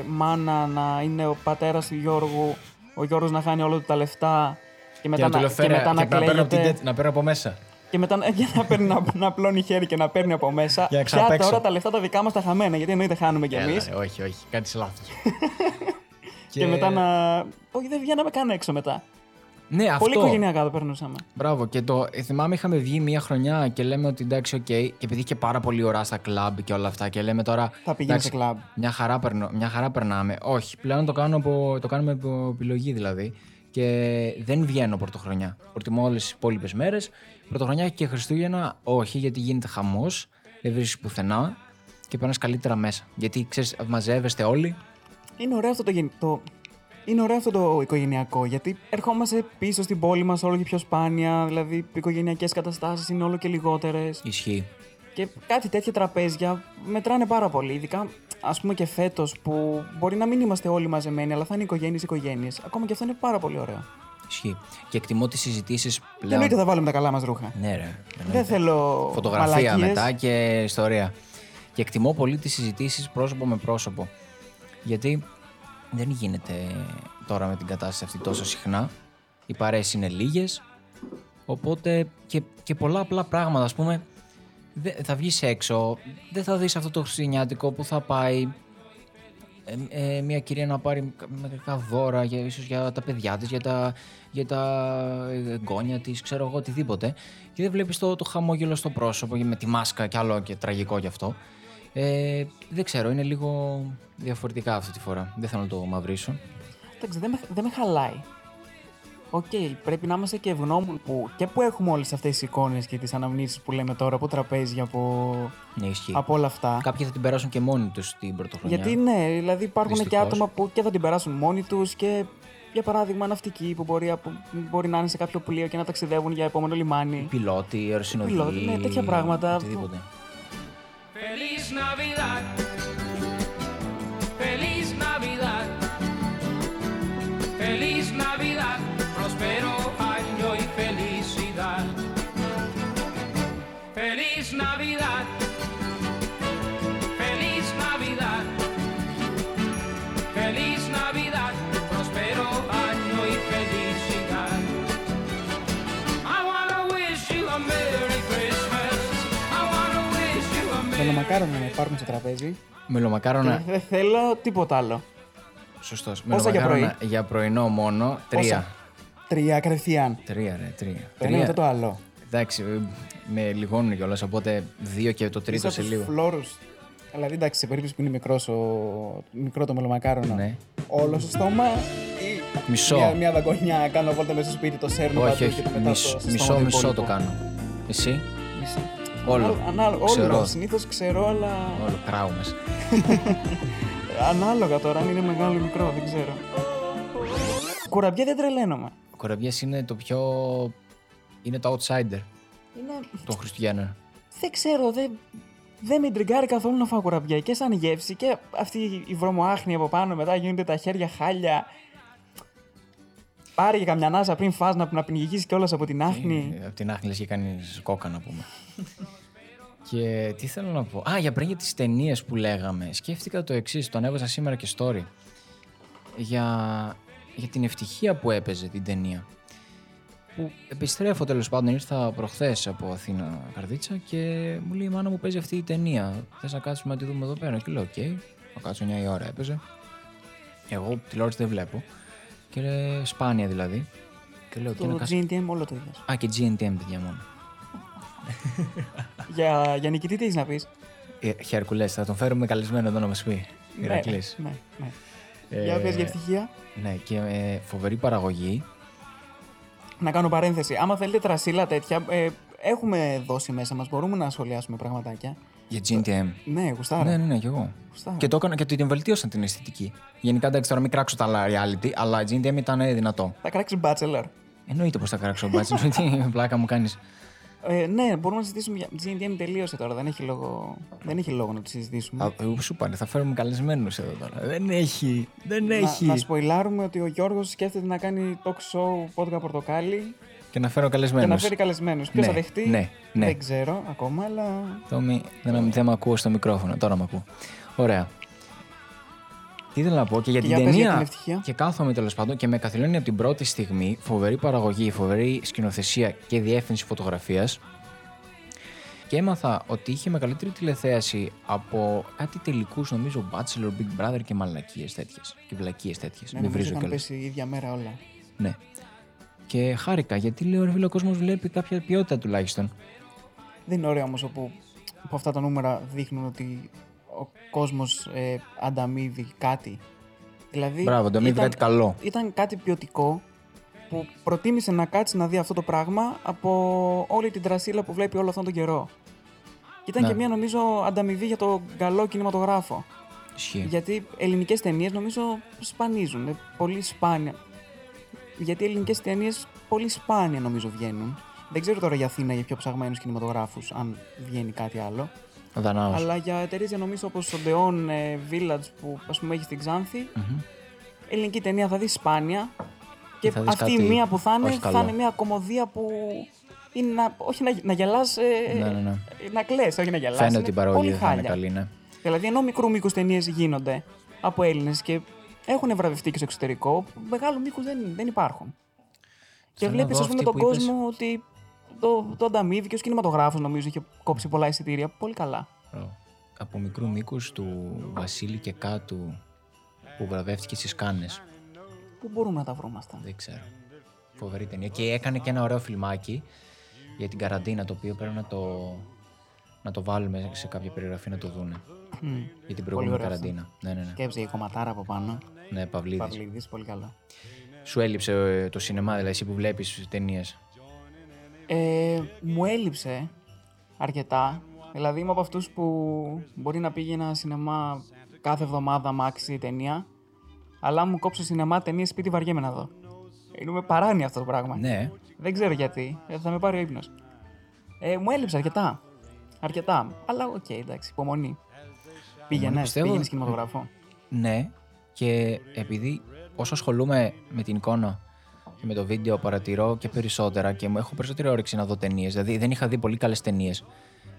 Speaker 2: μάνα να είναι ο πατέρας του Γιώργου, ο Γιώργος να χάνει όλα του τα λεφτά και μετά
Speaker 1: και να του
Speaker 2: να,
Speaker 1: λέω
Speaker 2: και
Speaker 1: φέρε
Speaker 2: μετά
Speaker 1: και
Speaker 2: να
Speaker 1: να παίρνω από την
Speaker 2: κλαίγεται.
Speaker 1: τέτ- να παίρνω από μέσα.
Speaker 2: Και μετά να- για να, παίρνει, να, να απλώνει χέρι και να παίρνει από μέσα.
Speaker 1: Για να
Speaker 2: Πια
Speaker 1: ξαναπαίξω.
Speaker 2: τώρα τα λεφτά τα δικά μας τα χαμένα. Γιατί εννοείται χάνουμε κι εμεί.
Speaker 1: Έλα, ρε, όχι, όχι, κάτι λάθος.
Speaker 2: Και... μετά να. Όχι, δεν βγαίναμε καν έξω μετά.
Speaker 1: Ναι, αυτό.
Speaker 2: Πολύ οικογενειακά το περνούσαμε.
Speaker 1: Μπράβο. Και το ε, θυμάμαι είχαμε βγει μία χρονιά και λέμε ότι εντάξει, οκ. και επειδή είχε πάρα πολύ ώρα στα κλαμπ και όλα αυτά. Και λέμε τώρα.
Speaker 2: Θα πηγαίνει σε
Speaker 1: εντάξει,
Speaker 2: κλαμπ.
Speaker 1: Μια χαρά, περνώ, μια χαρά περνάμε. Όχι, πλέον το, κάνω από, το κάνουμε από επιλογή δηλαδή. Και δεν βγαίνω πρωτοχρονιά. Προτιμώ όλες τις υπόλοιπες μέρες. Πρωτοχρονιά και Χριστούγεννα όχι, γιατί γίνεται χαμός. Δεν βρίσκεις πουθενά και περνάς καλύτερα μέσα. Γιατί ξέρεις, μαζεύεστε όλοι.
Speaker 2: Είναι ωραίο αυτό το, γεν- το... Είναι ωραίο αυτό το οικογενειακό, γιατί ερχόμαστε πίσω στην πόλη μας όλο και πιο σπάνια. Δηλαδή, οικογενειακές καταστάσεις είναι όλο και λιγότερες.
Speaker 1: Ισχύει.
Speaker 2: Και κάτι τέτοια τραπέζια μετράνε πάρα πολύ. Ειδικά, ας πούμε και φέτος που μπορεί να μην είμαστε όλοι μαζεμένοι, αλλά θα είναι οικογένειες οικογένειες. Ακόμα και αυτό είναι πάρα πολύ
Speaker 1: Ναι.
Speaker 2: ωραίο.
Speaker 1: Ισχύει. Και εκτιμώ τις συζητήσεις
Speaker 2: Και
Speaker 1: πλέον.
Speaker 2: εννοείται θα βάλουμε τα καλά μας ρούχα.
Speaker 1: Ναι, ρε. εννοείται.
Speaker 2: Δεν θέλω.
Speaker 1: Φωτογραφία
Speaker 2: μαλακίες.
Speaker 1: μετά και ιστορία. Και εκτιμώ πολύ τις συζητήσεις πρόσωπο με πρόσωπο. Γιατί δεν γίνεται τώρα με την κατάσταση αυτή τόσο συχνά. Οι παρέες είναι λίγες. Οπότε και, και πολλά απλά πράγματα. Ας πούμε, δε- θα βγεις έξω, δεν θα δεις αυτό το χριστουγεννιάτικο που θα πάει ε, ε, μια κυρία να πάρει κα- μερικά δώρα για, ίσως για τα παιδιά της, για τα, για τα ε, εγγόνια της, ξέρω εγώ οτιδήποτε και δεν βλέπεις το, το χαμόγελο στο πρόσωπο και με τη μάσκα κι άλλο και τραγικό γι' αυτό ε, δεν ξέρω, είναι λίγο διαφορετικά αυτή τη φορά. Δεν θέλω να το μαυρίσω.
Speaker 2: Εντάξει, δεν με, δεν με χαλάει. Οκ, πρέπει να είμαστε και ευγνώμων που και που έχουμε όλες αυτές τις εικόνες και τις αναμνήσεις που λέμε τώρα από τραπέζια, από,
Speaker 1: Ναι, ισχύει.
Speaker 2: από όλα αυτά.
Speaker 1: Κάποιοι θα την περάσουν και μόνοι τους την πρωτοχρονιά.
Speaker 2: Γιατί ναι, δηλαδή υπάρχουν και
Speaker 1: Δυστυχώς.
Speaker 2: άτομα που και θα την περάσουν μόνοι τους και για παράδειγμα ναυτικοί που μπορεί, από- μπορεί να είναι σε κάποιο πλοίο και να ταξιδεύουν για επόμενο λιμάνι.
Speaker 1: Πιλότοι, αεροσυνοδοί.
Speaker 2: Πιλότοι, ναι, τέτοια πράγματα.
Speaker 1: Οτιδήποτε.
Speaker 5: Feliz Navidad. Feliz Navidad. Feliz Navidad. Prospero año y felicidad. Feliz Navidad. Feliz Navidad. Feliz Navidad. Prospero año y felicidad. I wanna wish you a Merry Christmas. I wanna wish you a Merry
Speaker 2: Θέλω μακάρονα να υπάρχουν στο τραπέζι.
Speaker 1: Μελομακάρονα.
Speaker 2: Ε, Δεν θέλω τίποτα άλλο.
Speaker 1: Σωστός.
Speaker 2: Πόσα για
Speaker 1: Μελομακάρονα για πρωινό μόνο. Τρία.
Speaker 2: Πόσα? Τρία κατευθείαν.
Speaker 1: Τρία, ρε, τρία.
Speaker 2: Το ένα μετά το άλλο.
Speaker 1: Εντάξει, ε, με λιγώνουν κιόλας, οπότε δύο και το τρίτο σε λίγο.
Speaker 2: Φλόρους. Δηλαδή εντάξει, σε περίπτωση που είναι μικρός ο- μικρό το μελομακάρονο.
Speaker 1: Ναι.
Speaker 2: Όλο στο στόμα ή
Speaker 1: Μισό.
Speaker 2: Μια, μια δαγκονιά κάνω βόλτα μέσα στο σπίτι, το σέρνω
Speaker 1: όχι,
Speaker 2: παντού
Speaker 1: όχι.
Speaker 2: και το μετά
Speaker 1: Μισό,
Speaker 2: στο- στο στόμα
Speaker 1: μισό,
Speaker 2: του
Speaker 1: μισό το
Speaker 2: υπόλοιπου.
Speaker 1: κάνω. Εσύ,
Speaker 2: Μισό.
Speaker 1: όλο.
Speaker 2: Ανά- ανάλογα-
Speaker 1: Ξερό.
Speaker 2: Όλο. Συνήθως ξέρω, αλλά
Speaker 1: Όλο, κράου μας.
Speaker 2: ανάλογα τώρα αν είναι μεγάλο ή μικρό, δεν ξέρω. Κουραμπιέ δεν τρελαίνομαι.
Speaker 1: Ο Κοραμπιές είναι το πιο... Είναι το outsider
Speaker 2: Είναι...
Speaker 1: των Χριστουγέννων.
Speaker 2: Δεν ξέρω, δεν. Δεν με τριγκάρει καθόλου να φάω κουραμπιέ και σαν γεύση και αυτή η βρωμοάχνη από πάνω μετά γίνονται τα χέρια χάλια. Πάρε και καμιά ανάσα πριν φας να, να πνιγείς κιόλας από την άχνη.
Speaker 1: Ε, Απ' την άχνη λες και κάνεις κόκα να πούμε. και τι θέλω να πω. Α, για πριν για τις ταινίες που λέγαμε. Σκέφτηκα το εξής, το ανέβασα σήμερα και story. Για, για την ευτυχία που έπαιζε την ταινία. Που επιστρέφω τέλος πάντων, ήρθα προχθές από Αθήνα Καρδίτσα και μου λέει η μάνα μου παίζει αυτή η ταινία. Θες να κάτσουμε να τη δούμε εδώ πέρα. Και λέω: Οκ, θα κάτσω 9 η ώρα έπαιζε. Εγώ τηλεόραση δεν βλέπω. Και λέει, σπάνια δηλαδή. Και λέω: «Και να
Speaker 2: Το
Speaker 1: κάτσω-
Speaker 2: GNTM όλο το είδες.
Speaker 1: Α, και GNTM, παιδιά μόνο.
Speaker 2: Για, για νικητή τι έχεις να πεις.
Speaker 1: Ε, Χερκουλές, θα τον φέρουμε καλεσμένο εδώ να μας πει. Ηρακλής.
Speaker 2: Ναι, ναι, ναι.
Speaker 1: Ε,
Speaker 2: Για πες για ευτυχία.
Speaker 1: Ναι, και ε, φοβερή παραγωγή.
Speaker 2: Να κάνω παρένθεση. Άμα θέλετε τρασίλα τέτοια, ε, έχουμε δώσει μέσα μας, μπορούμε να σχολιάσουμε πραγματάκια.
Speaker 1: Για GNTM.
Speaker 2: Ναι, γουστάρα.
Speaker 1: Ναι, ναι, ναι, κι εγώ.
Speaker 2: Γουστάρα.
Speaker 1: Και το έκανα και την βελτίωσαν την αισθητική. Γενικά εντάξει, τώρα μην κράξω τα άλλα reality, αλλά GNTM ήταν ε, δυνατό.
Speaker 2: Θα κράξεις bachelor.
Speaker 1: Εννοείται πως θα κράξω μπάτσι, γιατί πλάκα μου κάνεις.
Speaker 2: Ε, ναι, μπορούμε να συζητήσουμε για. GNTM τελείωσε τώρα, δεν έχει λόγο, δεν έχει λόγο να το συζητήσουμε.
Speaker 1: ε, Σου πάνε, θα φέρουμε καλεσμένους εδώ τώρα. Δεν έχει. Δεν
Speaker 2: να,
Speaker 1: έχει.
Speaker 2: να σποϊλάρουμε ότι ο Γιώργος σκέφτεται να κάνει talk show πόδκα πορτοκάλι
Speaker 1: Και να φέρω
Speaker 2: και να
Speaker 1: καλεσμένους.
Speaker 2: φέρει καλεσμένους. Ποιος
Speaker 1: Ναι,
Speaker 2: θα δεχτεί,
Speaker 1: ναι, ναι.
Speaker 2: δεν ξέρω ακόμα, αλλά
Speaker 1: Τόμι, δεν, δεν με ακούω στο μικρόφωνο. Τώρα με ακούω. Ωραία. Τι ήθελα να πω και για
Speaker 2: Και
Speaker 1: την
Speaker 2: για πες για
Speaker 1: ταινία.
Speaker 2: την ευτυχία.
Speaker 1: και κάθομαι τέλος πάντων και με καθυλώνει από την πρώτη στιγμή. Φοβερή παραγωγή, φοβερή σκηνοθεσία και διεύθυνση φωτογραφίας. και έμαθα ότι είχε μεγαλύτερη τηλεθέαση από κάτι τελικούς, νομίζω, Bachelor, Big Brother και μαλακίες τέτοιες. Και βλακίες τέτοιες.
Speaker 2: Ναι, νομίζω
Speaker 1: Μην βρίζω
Speaker 2: είχαν
Speaker 1: κιόλας.
Speaker 2: πέσει η ίδια μέρα όλα.
Speaker 1: Ναι. Και χάρηκα γιατί λέω ρε φίλε, ο κόσμος βλέπει κάποια ποιότητα τουλάχιστον.
Speaker 2: Δεν είναι ωραίο όμως όπου, που αυτά τα νούμερα δείχνουν ότι ο κόσμος ε, ανταμείβει κάτι. Δηλαδή,
Speaker 1: Μπράβο, το μη
Speaker 2: ήταν-
Speaker 1: κάτι καλό.
Speaker 2: Ήταν κάτι ποιοτικό που προτίμησε να κάτσει να δει αυτό το πράγμα από όλη την τρασίλα που βλέπει όλο αυτόν τον καιρό. Και ήταν
Speaker 1: Ναι.
Speaker 2: και μια νομίζω ανταμοιβή για τον καλό κινηματογράφο.
Speaker 1: Ισχύει.
Speaker 2: Γιατί ελληνικές ταινίες νομίζω σπανίζουν. ε, Πολύ σπάνια. Γιατί ελληνικές ταινίες πολύ σπάνια νομίζω βγαίνουν. Δεν ξέρω τώρα για Αθήνα για πιο ψαγμένους κινηματογράφους, αν βγαίνει κάτι άλλο.
Speaker 1: Ο Δανάος.
Speaker 2: Αλλά για εταιρείες διανομής όπως ο Deon ε, Village που ας πούμε έχει στην ξανθη ελληνική ταινία θα δεις σπάνια. Και
Speaker 1: θα δεις
Speaker 2: αυτή η
Speaker 1: κάτι
Speaker 2: μία που θα είναι,
Speaker 1: όχι
Speaker 2: θα
Speaker 1: καλό.
Speaker 2: είναι μια κομμωδία που είναι να, όχι να, να γελάς.
Speaker 1: Ναι, ναι, ναι.
Speaker 2: Να κλαις, όχι να γελάς.
Speaker 1: Φαίνεται
Speaker 2: Είναι
Speaker 1: ότι η παραγωγή
Speaker 2: πολύ
Speaker 1: δεν θα είναι
Speaker 2: χάλια.
Speaker 1: καλή, ναι.
Speaker 2: Δηλαδή, ενώ μικρού μήκους ταινίες γίνονται από Έλληνες και έχουν βραβευτεί και στο εξωτερικό, μεγάλου μήκους δεν, δεν υπάρχουν. Και
Speaker 1: Θέλω να
Speaker 2: βλέπει,
Speaker 1: δω
Speaker 2: ας πούμε,
Speaker 1: αυτή
Speaker 2: τον
Speaker 1: που είπες.
Speaker 2: κόσμο ότι το, το ανταμείβει και ω κινηματογράφος, νομίζω, είχε κόψει πολλά εισιτήρια. Πολύ καλά.
Speaker 1: Μπράβο. Από μικρού μήκους του Βασίλη και κάτου που βραβεύτηκε στις Κάνε.
Speaker 2: Πού μπορούμε να τα βρούμε αυτά.
Speaker 1: Δεν ξέρω. Φοβερή ταινία. Και έκανε και ένα ωραίο φιλμάκι για την καραντίνα το οποίο πρέπει να το, να το βάλουμε σε κάποια περιγραφή να το δούνε.
Speaker 2: Μμ.
Speaker 1: Για την προηγούμενη
Speaker 2: ωραίο αυτό.
Speaker 1: καραντίνα. Ναι, ναι, ναι.
Speaker 2: Σκέψε η κομματάρα από πάνω.
Speaker 1: ναι Παυλίδης.
Speaker 2: Παυλίδης, πολύ καλά.
Speaker 1: Σου έλειψε ε, το σινεμά, δηλαδή εσύ που βλέπεις ταινίες.
Speaker 2: Ε, μου έλειψε αρκετά. Δηλαδή είμαι από αυτούς που μπορεί να πήγαινα σινεμά κάθε εβδομάδα μάξι ταινία. Αλλά αν μου κόψω σινεμά ταινία σπίτι βαριέμαι να δω. Είναι με παράνοια αυτό το πράγμα.
Speaker 1: Ναι.
Speaker 2: Δεν ξέρω γιατί. Ε, θα με πάρει ο ύπνος. Ε, μου έλειψε αρκετά. Αρκετά. Αλλά οκ, εντάξει, υπομονή. Πήγαινες,
Speaker 1: πιστεύω.
Speaker 2: πήγαινες κινηματογράφο.
Speaker 1: Ναι, και επειδή όσο ασχολούμαι με την εικόνα και με το βίντεο, παρατηρώ και περισσότερα και μου έχω περισσότερη όρεξη να δω ταινίες. Δηλαδή, δεν είχα δει πολύ καλές ταινίες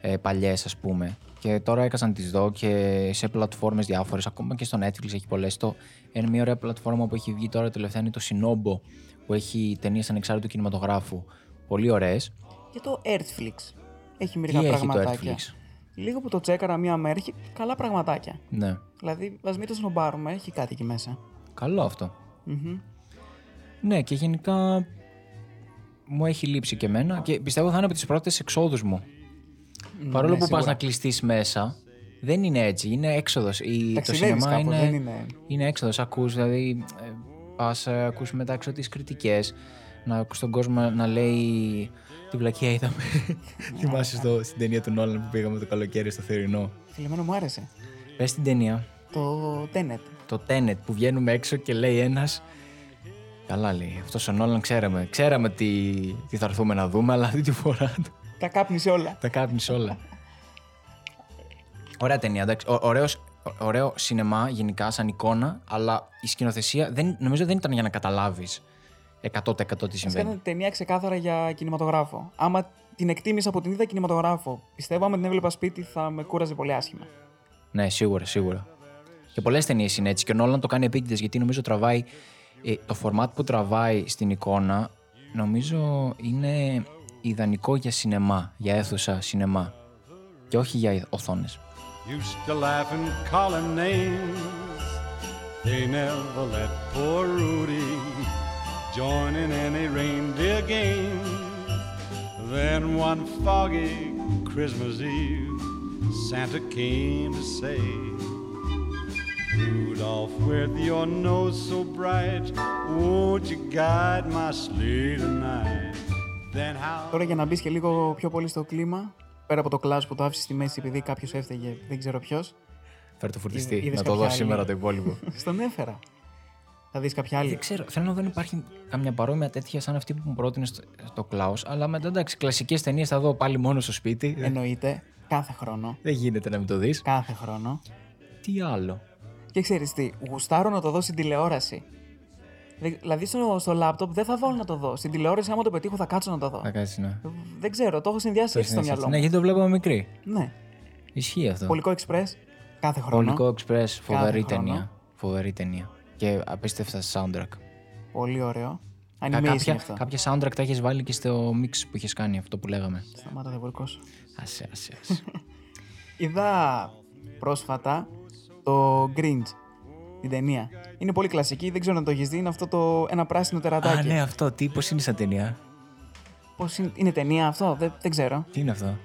Speaker 1: ε, παλιές, ας πούμε. Και τώρα έκανα να τις δω και σε πλατφόρμες διάφορες. Ακόμα και στο Netflix έχει πολλές. Το ένα μια ωραία πλατφόρμα που έχει βγει τώρα τελευταία είναι το Sinobo, που έχει ταινίες ανεξάρτητου κινηματογράφου. Πολύ ωραίες.
Speaker 2: Και το Earthflix. Έχει
Speaker 1: Τι
Speaker 2: μερικά
Speaker 1: έχει το
Speaker 2: πραγματάκια.
Speaker 1: Netflix.
Speaker 2: Λίγο που το τσέκαρα μία μέρα, έχει καλά πραγματάκια.
Speaker 1: Ναι.
Speaker 2: Δηλαδή, ας μην το σνομπάρουμε, έχει κάτι εκεί μέσα.
Speaker 1: Καλό αυτό.
Speaker 2: Μμμ.
Speaker 1: Ναι, και γενικά μου έχει λείψει και εμένα και πιστεύω θα είναι από τις πρώτες εξόδους μου. Παρόλο
Speaker 2: ναι,
Speaker 1: που πας
Speaker 2: σίγουρα.
Speaker 1: να κλειστείς μέσα, δεν είναι έτσι. Είναι έξοδος. Το
Speaker 2: Ταξιδεύεις
Speaker 1: σινεμά
Speaker 2: κάπου,
Speaker 1: είναι,
Speaker 2: δεν είναι.
Speaker 1: είναι έξοδος. Ακούς, δηλαδή, πα ακούς μετά έξω τις κριτικές, να ακούς τον κόσμο να λέει τη βλακία είδαμε. Θυμάσαι στο, στην ταινία του Νόλαν που πήγαμε το καλοκαίρι στο θερινό.
Speaker 2: Φίλε, εμένα μου άρεσε.
Speaker 1: Πες την ταινία,
Speaker 2: Το Tenet.
Speaker 1: το Tenet που βγαίνουμε έξω και λέει ένας. Καλά λέει, αυτός ο Νόλαν ξέραμε. Ξέραμε τι, τι θα έρθουμε να δούμε, αλλά αυτή τη φορά το-
Speaker 2: Τα κάπνισε όλα.
Speaker 1: τα κάπνισε όλα. Ωραία ταινία, εντάξει. Ο- ωραίος, ω- ωραίο σινεμά γενικά σαν εικόνα, αλλά η σκηνοθεσία δεν, νομίζω δεν ήταν για να καταλάβεις 100% τι
Speaker 2: Μα
Speaker 1: συμβαίνει.
Speaker 2: κάνανε ταινία ξεκάθαρα για κινηματογράφο. Άμα την εκτίμησα από την είδα κινηματογράφο, πιστεύω άμα την έβλεπα σπίτι θα με κούραζε πολύ άσχημα.
Speaker 1: Ναι, σίγουρα, σίγουρα. Και πολλές ταινίες είναι έτσι. Και ο Νόλαν το κάνει επίτηδες γιατί νομίζω τραβάει. ε, το format που τραβάει στην εικόνα νομίζω είναι ιδανικό για σινεμά, για αίθουσα σινεμά. Και όχι για οθόνες.
Speaker 4: Used to laugh and call him names. They never let poor Rudy join in any reindeer games. Then one foggy Christmas Eve, Santa came to say, Rudolph, with your nose so bright, won't you guide my sleigh tonight? Then how?
Speaker 2: Τώρα για να μπεις και λίγο πιο πολύ στο κλίμα, πέρα από το κλάσ που το άφησες στη μέση επειδή κάποιος έφταιγε, δεν ξέρω ποιος,
Speaker 1: Φέρ το φορτιστή,
Speaker 2: Είδες
Speaker 1: να το
Speaker 2: κάποια
Speaker 1: δω
Speaker 2: άλλη?
Speaker 1: σήμερα το υπόλοιπο.
Speaker 2: στον έφερα. Θα δεις κάποια άλλη.
Speaker 1: Δεν Ε, ξέρω, θέλω να δω αν υπάρχει καμιά παρόμοια τέτοια σαν αυτή που μου πρότεινε στο, στο Κλάου. Αλλά μετά εντάξει, κλασικές ταινίες θα δω πάλι μόνο στο σπίτι. Δεν-
Speaker 2: Εννοείται. Κάθε χρόνο.
Speaker 1: Ε, ναι. Δεν γίνεται να μην το δεις.
Speaker 2: Κάθε χρόνο.
Speaker 1: Τι άλλο.
Speaker 2: Και ξέρεις τι, γουστάρω να το δω στην τηλεόραση. Δε- Δηλαδή στο, στο λάπτοπ δεν θα βάλω να το δω. Στην τηλεόραση, άμα το πετύχω, θα κάτσω να το δω.
Speaker 1: Να κάτσει να.
Speaker 2: Δεν ξέρω, το έχω συνδυάσει έτσι στο μυαλό
Speaker 1: Ναι,
Speaker 2: μου.
Speaker 1: γιατί Ναι. το βλέπαμε μικρή.
Speaker 2: Ναι.
Speaker 1: Ισχύει αυτό.
Speaker 2: Πολικό εξπρές, κάθε χρόνο.
Speaker 1: Πολικό Express, φοβερή
Speaker 2: χρόνο.
Speaker 1: ταινία. Φοβερή ταινία. Και απίστευτα soundtrack.
Speaker 2: Πολύ ωραίο.
Speaker 1: Κα-
Speaker 2: Animation είναι
Speaker 1: Κάποια,
Speaker 2: αυτά.
Speaker 1: κάποια soundtrack τα έχεις βάλει και στο mix που είχες κάνει, αυτό που λέγαμε.
Speaker 2: Σταμάτα δεν σου.
Speaker 1: Άσε, άσε, άσε.
Speaker 2: Είδα πρόσφατα το Grinch, την ταινία. Είναι πολύ κλασική, δεν ξέρω αν το έχεις δει. Είναι αυτό το ένα πράσινο τερατάκι.
Speaker 1: Α, ναι, αυτό. Τι, πώς είναι σαν ταινία.
Speaker 2: Πώς είναι, είναι ταινία αυτό, δεν, δεν ξέρω.
Speaker 1: Τι είναι αυτό.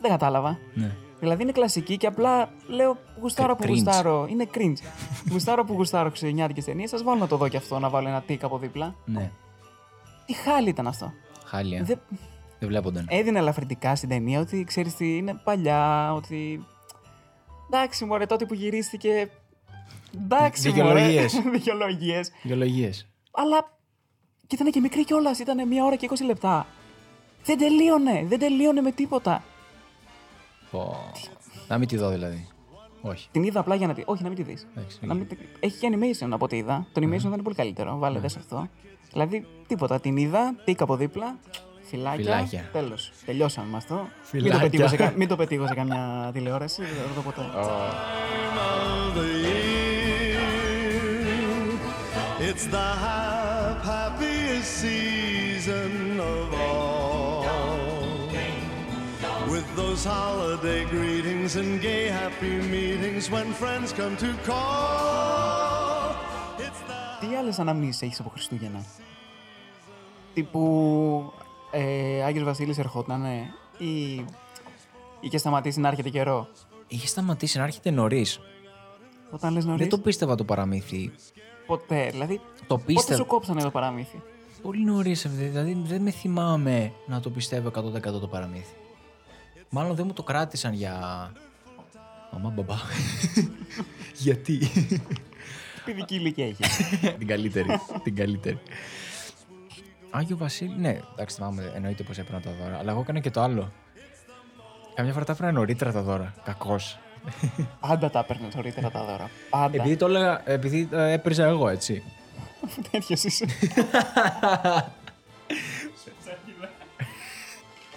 Speaker 2: Δεν κατάλαβα.
Speaker 1: Ναι.
Speaker 2: Δηλαδή είναι κλασική και απλά λέω γουστάρω που
Speaker 1: Cringe.
Speaker 2: γουστάρω. Είναι cringe. γουστάρω που γουστάρω χριστουγεννιάτικε ταινίε. Σα βάλω να το δω κι αυτό, να βάλω ένα τίκ από δίπλα.
Speaker 1: ναι.
Speaker 2: Τι χάλι ήταν αυτό.
Speaker 1: Χάλια.
Speaker 2: Δεν-
Speaker 1: Δεν βλέπονταν.
Speaker 2: έδινε ελαφρυντικά στην ταινία ότι ξέρεις τι είναι παλιά, ότι. Εντάξει, μωρέ, τότε που γυρίστηκε. Εντάξει,
Speaker 1: Δικαιολογίες.
Speaker 2: μωρέ. Δικαιολογίε.
Speaker 1: Γεωλογίε.
Speaker 2: Αλλά. Και ήταν και μικρή κιόλας, ήταν μία ώρα και 20 λεπτά. Δεν τελείωνε, δεν τελείωνε με τίποτα.
Speaker 1: Να μην τη δω δηλαδή. Όχι.
Speaker 2: Την είδα απλά για να τη. Όχι, να μην τη δεις.
Speaker 1: Εντάξει, Ναι.
Speaker 2: Να μην... τη- Έχει και animation από ό,τι είδα. Το animation ήταν πολύ καλύτερο. Βάλε δε σε αυτό. Δηλαδή, τίποτα. Την είδα, τίκ από δίπλα. Φυλάκια.
Speaker 1: Φυλάκια.
Speaker 2: Τέλος. Τελειώσαμε με αυτό. Μην το,
Speaker 1: Φυλάκια.
Speaker 2: πετύχω σε κα- μην το πετύχω σε καμιά τηλεόραση. Δεν θα το δω ποτέ.
Speaker 3: time of the year. It's the hap- happiest season of all. With those holiday greetings and gay happy meetings when friends come to call. It's the
Speaker 2: Τι άλλες αναμνήσεις έχεις από Χριστούγεννα. Τύπου ε, Άγιος Βασίλης ερχόταν ε, ή είχε σταματήσει να έρχεται καιρό.
Speaker 1: Είχε σταματήσει να έρχεται νωρίς.
Speaker 2: Όταν λες νωρίς,
Speaker 1: Δεν το πίστευα το παραμύθι.
Speaker 2: ποτέ. Δηλαδή,
Speaker 1: Το
Speaker 2: πότε
Speaker 1: πίστευα.
Speaker 2: σου κόψανε το παραμύθι.
Speaker 1: Πολύ νωρίς. Δηλαδή δεν με θυμάμαι να το πιστεύω 100% το παραμύθι. Μάλλον δεν μου το κράτησαν για. Μαμά, μπαμπά. Γιατί.
Speaker 2: Παιδική ηλικία έχεις.
Speaker 1: την καλύτερη. την καλύτερη. Άγιο Βασίλη, ναι, εντάξει, θυμάμαι, εννοείται πως έπαιρνα τα δώρα. Αλλά εγώ έκανα και το άλλο. Καμιά φορά τα έφερα νωρίτερα τα δώρα. Κακός.
Speaker 2: Πάντα τα έπαιρνε νωρίτερα τα δώρα. Πάντα.
Speaker 1: Επειδή το έλεγα, επειδή ε, έπριζα εγώ, έτσι.
Speaker 2: Τέτοιος είσαι.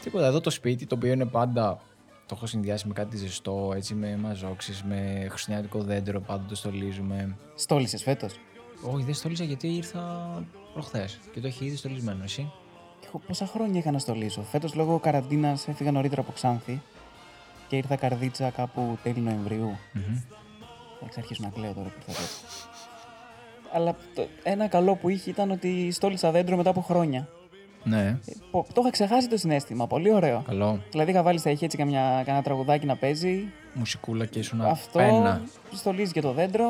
Speaker 1: Τίποτα, εδώ το σπίτι το οποίο είναι πάντα. Το έχω συνδυάσει με κάτι ζεστό, έτσι με μαζόξεις, με χριστιανικό δέντρο, πάντα το στολίζουμε.
Speaker 2: Στόλισες φέτος.
Speaker 1: Όχι, δεν στολίζα γιατί ήρθα προχθές και το έχει ήδη στολισμένο, εσύ.
Speaker 2: Και Εγώ πόσα χρόνια είχα να στολίσω. Φέτος λόγω καραντίνας έφυγα νωρίτερα από Ξάνθη και ήρθα καρδίτσα κάπου τέλη Νοεμβρίου. Θα εξαρχίσω να κλαίω τώρα που ήρθα εδώ. Αλλά το- ένα καλό που είχε ήταν ότι στόλισα δέντρο μετά από χρόνια.
Speaker 1: Ναι,
Speaker 2: Ε, πο- Το είχα ξεχάσει το συνέστημα. Πολύ ωραίο.
Speaker 1: καλό.
Speaker 2: Δηλαδή είχα βάλει στα ηχεία έτσι καμιά, κανένα τραγουδάκι να παίζει.
Speaker 1: Μουσικούλα και ήσουν
Speaker 2: Αυτό
Speaker 1: πένα.
Speaker 2: στολίζει και το δέντρο.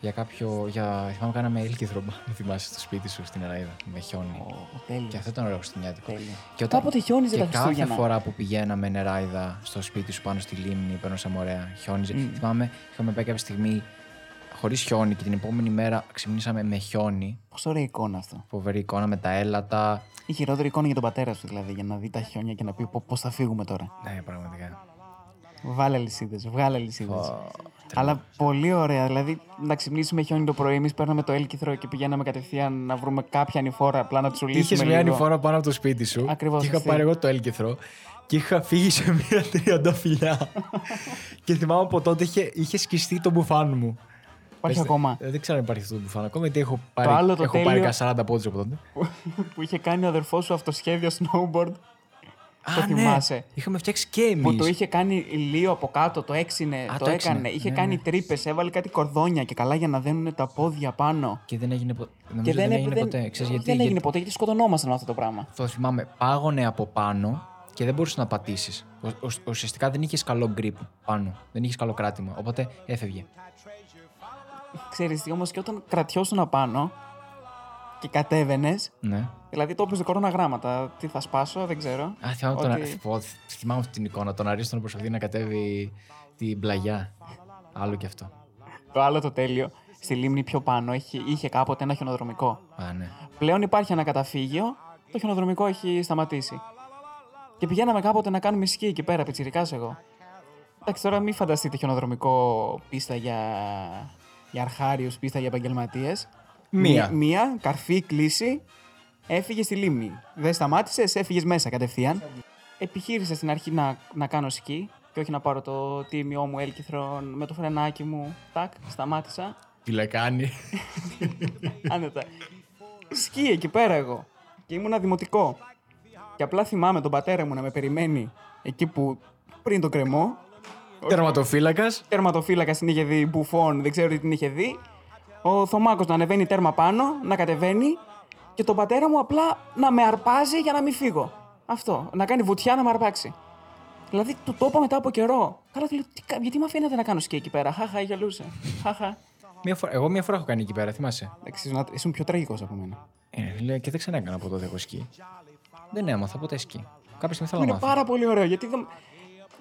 Speaker 1: Για κάποιο. Για... Θυμάμαι, κάναμε έλκυθρο μπάνι, θυμάσαι στο σπίτι σου στην Αραίδα. Με χιόνι.
Speaker 2: Ο, ο
Speaker 1: Και
Speaker 2: τέλειο.
Speaker 1: αυτό ήταν ωραίο χριστουγεννιάτικο.
Speaker 2: Τέλειο.
Speaker 1: Και όταν...
Speaker 2: Κάποτε χιόνιζε
Speaker 1: και
Speaker 2: τα
Speaker 1: κάθε
Speaker 2: Χριστούγεννα.
Speaker 1: φορά που πηγαίναμε νεράιδα στο σπίτι σου πάνω στη λίμνη, περνούσαμε ωραία. Χιόνιζε.
Speaker 2: Mm.
Speaker 1: Θυμάμαι, είχαμε πάει κάποια στιγμή χωρίς χιόνι και την επόμενη μέρα ξυπνήσαμε με χιόνι.
Speaker 2: Πόσο ωραία εικόνα αυτό.
Speaker 1: Φοβερή εικόνα με τα έλατα.
Speaker 2: Η χειρότερη εικόνα για τον πατέρα σου δηλαδή, για να δει τα χιόνια και να πει πώς θα φύγουμε τώρα.
Speaker 1: Ναι, πραγματικά.
Speaker 2: Βάλε αλυσίδες, βγάλε αλυσίδες.
Speaker 1: Ω,
Speaker 2: Αλλά πολύ ωραία. Δηλαδή να ξυπνήσουμε χιόνι το πρωί. Εμείς παίρναμε το έλκυθρο και πηγαίναμε κατευθείαν να βρούμε κάποια ανηφόρα απλά να τσουλήσουμε.
Speaker 1: Είχε μια
Speaker 2: λίγο.
Speaker 1: ανηφόρα πάνω από το σπίτι σου.
Speaker 2: Ακριβώς,
Speaker 1: Και είχα
Speaker 2: αυτή.
Speaker 1: πάρει εγώ το έλκυθρο και είχα φύγει σε μια τριανταφυλιά. και θυμάμαι από τότε είχε, είχε σκιστεί το μπουφάν μου.
Speaker 2: Υπάρχει
Speaker 1: Πες,
Speaker 2: ακόμα.
Speaker 1: ε, Δεν ξέρω αν υπάρχει αυτό το μπουφάν ακόμα, γιατί έχω πάρει,
Speaker 2: άλλο το
Speaker 1: έχω
Speaker 2: τέλειο-
Speaker 1: πάρει κανένα 40 πόντους από τότε.
Speaker 2: που είχε κάνει ο αδερφός σου αυτοσχέδιο snowboard. το
Speaker 1: Α, ναι.
Speaker 2: θυμάσαι.
Speaker 1: Είχαμε φτιάξει και εμεί.
Speaker 2: Που το είχε κάνει λίγο από κάτω, το έξινε,
Speaker 1: Α,
Speaker 2: το,
Speaker 1: το έξινε.
Speaker 2: έκανε. Είχε
Speaker 1: Ναι,
Speaker 2: κάνει
Speaker 1: ναι.
Speaker 2: τρύπες, έβαλε κάτι κορδόνια και καλά για να δένουν τα πόδια πάνω.
Speaker 1: Και δεν έγινε, πο... νομίζω
Speaker 2: Και
Speaker 1: δεν, έγινε
Speaker 2: δεν,
Speaker 1: ποτέ. Ξέρεις
Speaker 2: δεν
Speaker 1: γιατί,
Speaker 2: έγινε
Speaker 1: γιατί
Speaker 2: ποτέ γιατί σκοτωνόμασταν με αυτό το πράγμα.
Speaker 1: Το θυμάμαι, πάγωνε από πάνω και δεν μπορούσες να πατήσεις. Ουσιαστικά δεν είχες καλό grip πάνω. Δεν είχες καλό κράτημα. Οπότε έφευγε.
Speaker 2: Ξέρεις τι όμως και όταν κρατιώσουν απάνω και κατέβαινες,
Speaker 1: Ναι.
Speaker 2: δηλαδή το έπαιζε κορώνα γράμματα, τι θα σπάσω δεν ξέρω.
Speaker 1: Α, θυμάμαι, τον...
Speaker 2: Ότι-
Speaker 1: Πω, θυμάμαι αυτή την εικόνα. Τον Αρίστο να προσπαθεί να κατέβει την πλαγιά. Άλλο κι αυτό.
Speaker 2: Το άλλο το τέλειο, στη λίμνη πιο πάνω είχε, είχε κάποτε ένα χιονοδρομικό.
Speaker 1: Α, ναι.
Speaker 2: Πλέον υπάρχει ένα καταφύγιο, το χιονοδρομικό έχει σταματήσει. Και πηγαίναμε κάποτε να κάνουμε σκι εκεί πέρα, πιτσιρικάς εγώ. Εντάξει, τώρα μην φανταστείτε χιονοδρομικό πίστα για, για αρχάριους, πίστα για επαγγελματίες.
Speaker 1: Μία.
Speaker 2: Μία, καρφή, κλίση. Έφυγε στη λίμνη. Δεν σταμάτησες, έφυγες μέσα κατευθείαν. Επιχείρησα στην αρχή να, να κάνω σκι και όχι να πάρω το τίμιό μου έλκυθρο με το φρενάκι μου. Τάκ, σταμάτησα.
Speaker 1: Τι λεκάνη.
Speaker 2: Άνετα. σκι εκεί πέρα εγώ. Και ήμουνα δημοτικό. Και απλά θυμάμαι τον πατέρα μου να με περιμένει εκεί που πριν το κρεμό.
Speaker 1: Τερματοφύλακας.
Speaker 2: Τερματοφύλακας την είχε δει, μπουφών, δεν ξέρω τι την είχε δει. Ο Θωμάκος να ανεβαίνει τέρμα πάνω, να κατεβαίνει και τον πατέρα μου απλά να με αρπάζει για να μην φύγω. Αυτό. Να κάνει βουτιά να με αρπάξει. Δηλαδή του το είπα μετά από καιρό. Καλά, του λέω, «Τι κα- γιατί με αφήνατε να κάνω σκι εκεί πέρα. Χαχα, γελούσε. Χαχα.
Speaker 1: Μια φορά, εγώ μία φορά έχω κάνει εκεί πέρα, θυμάσαι.
Speaker 2: Εντάξει, ήσουν- ήσουν πιο τραγικός από μένα.
Speaker 1: Ε, λέει, και δεν ξανά έκανα από τότε εγώ σκι. Δεν έμαθα ποτέ σκι. Κάποια στιγμή θέλω να
Speaker 2: Είναι
Speaker 1: μάθω.
Speaker 2: πάρα πολύ ωραίο γιατί. Δεν...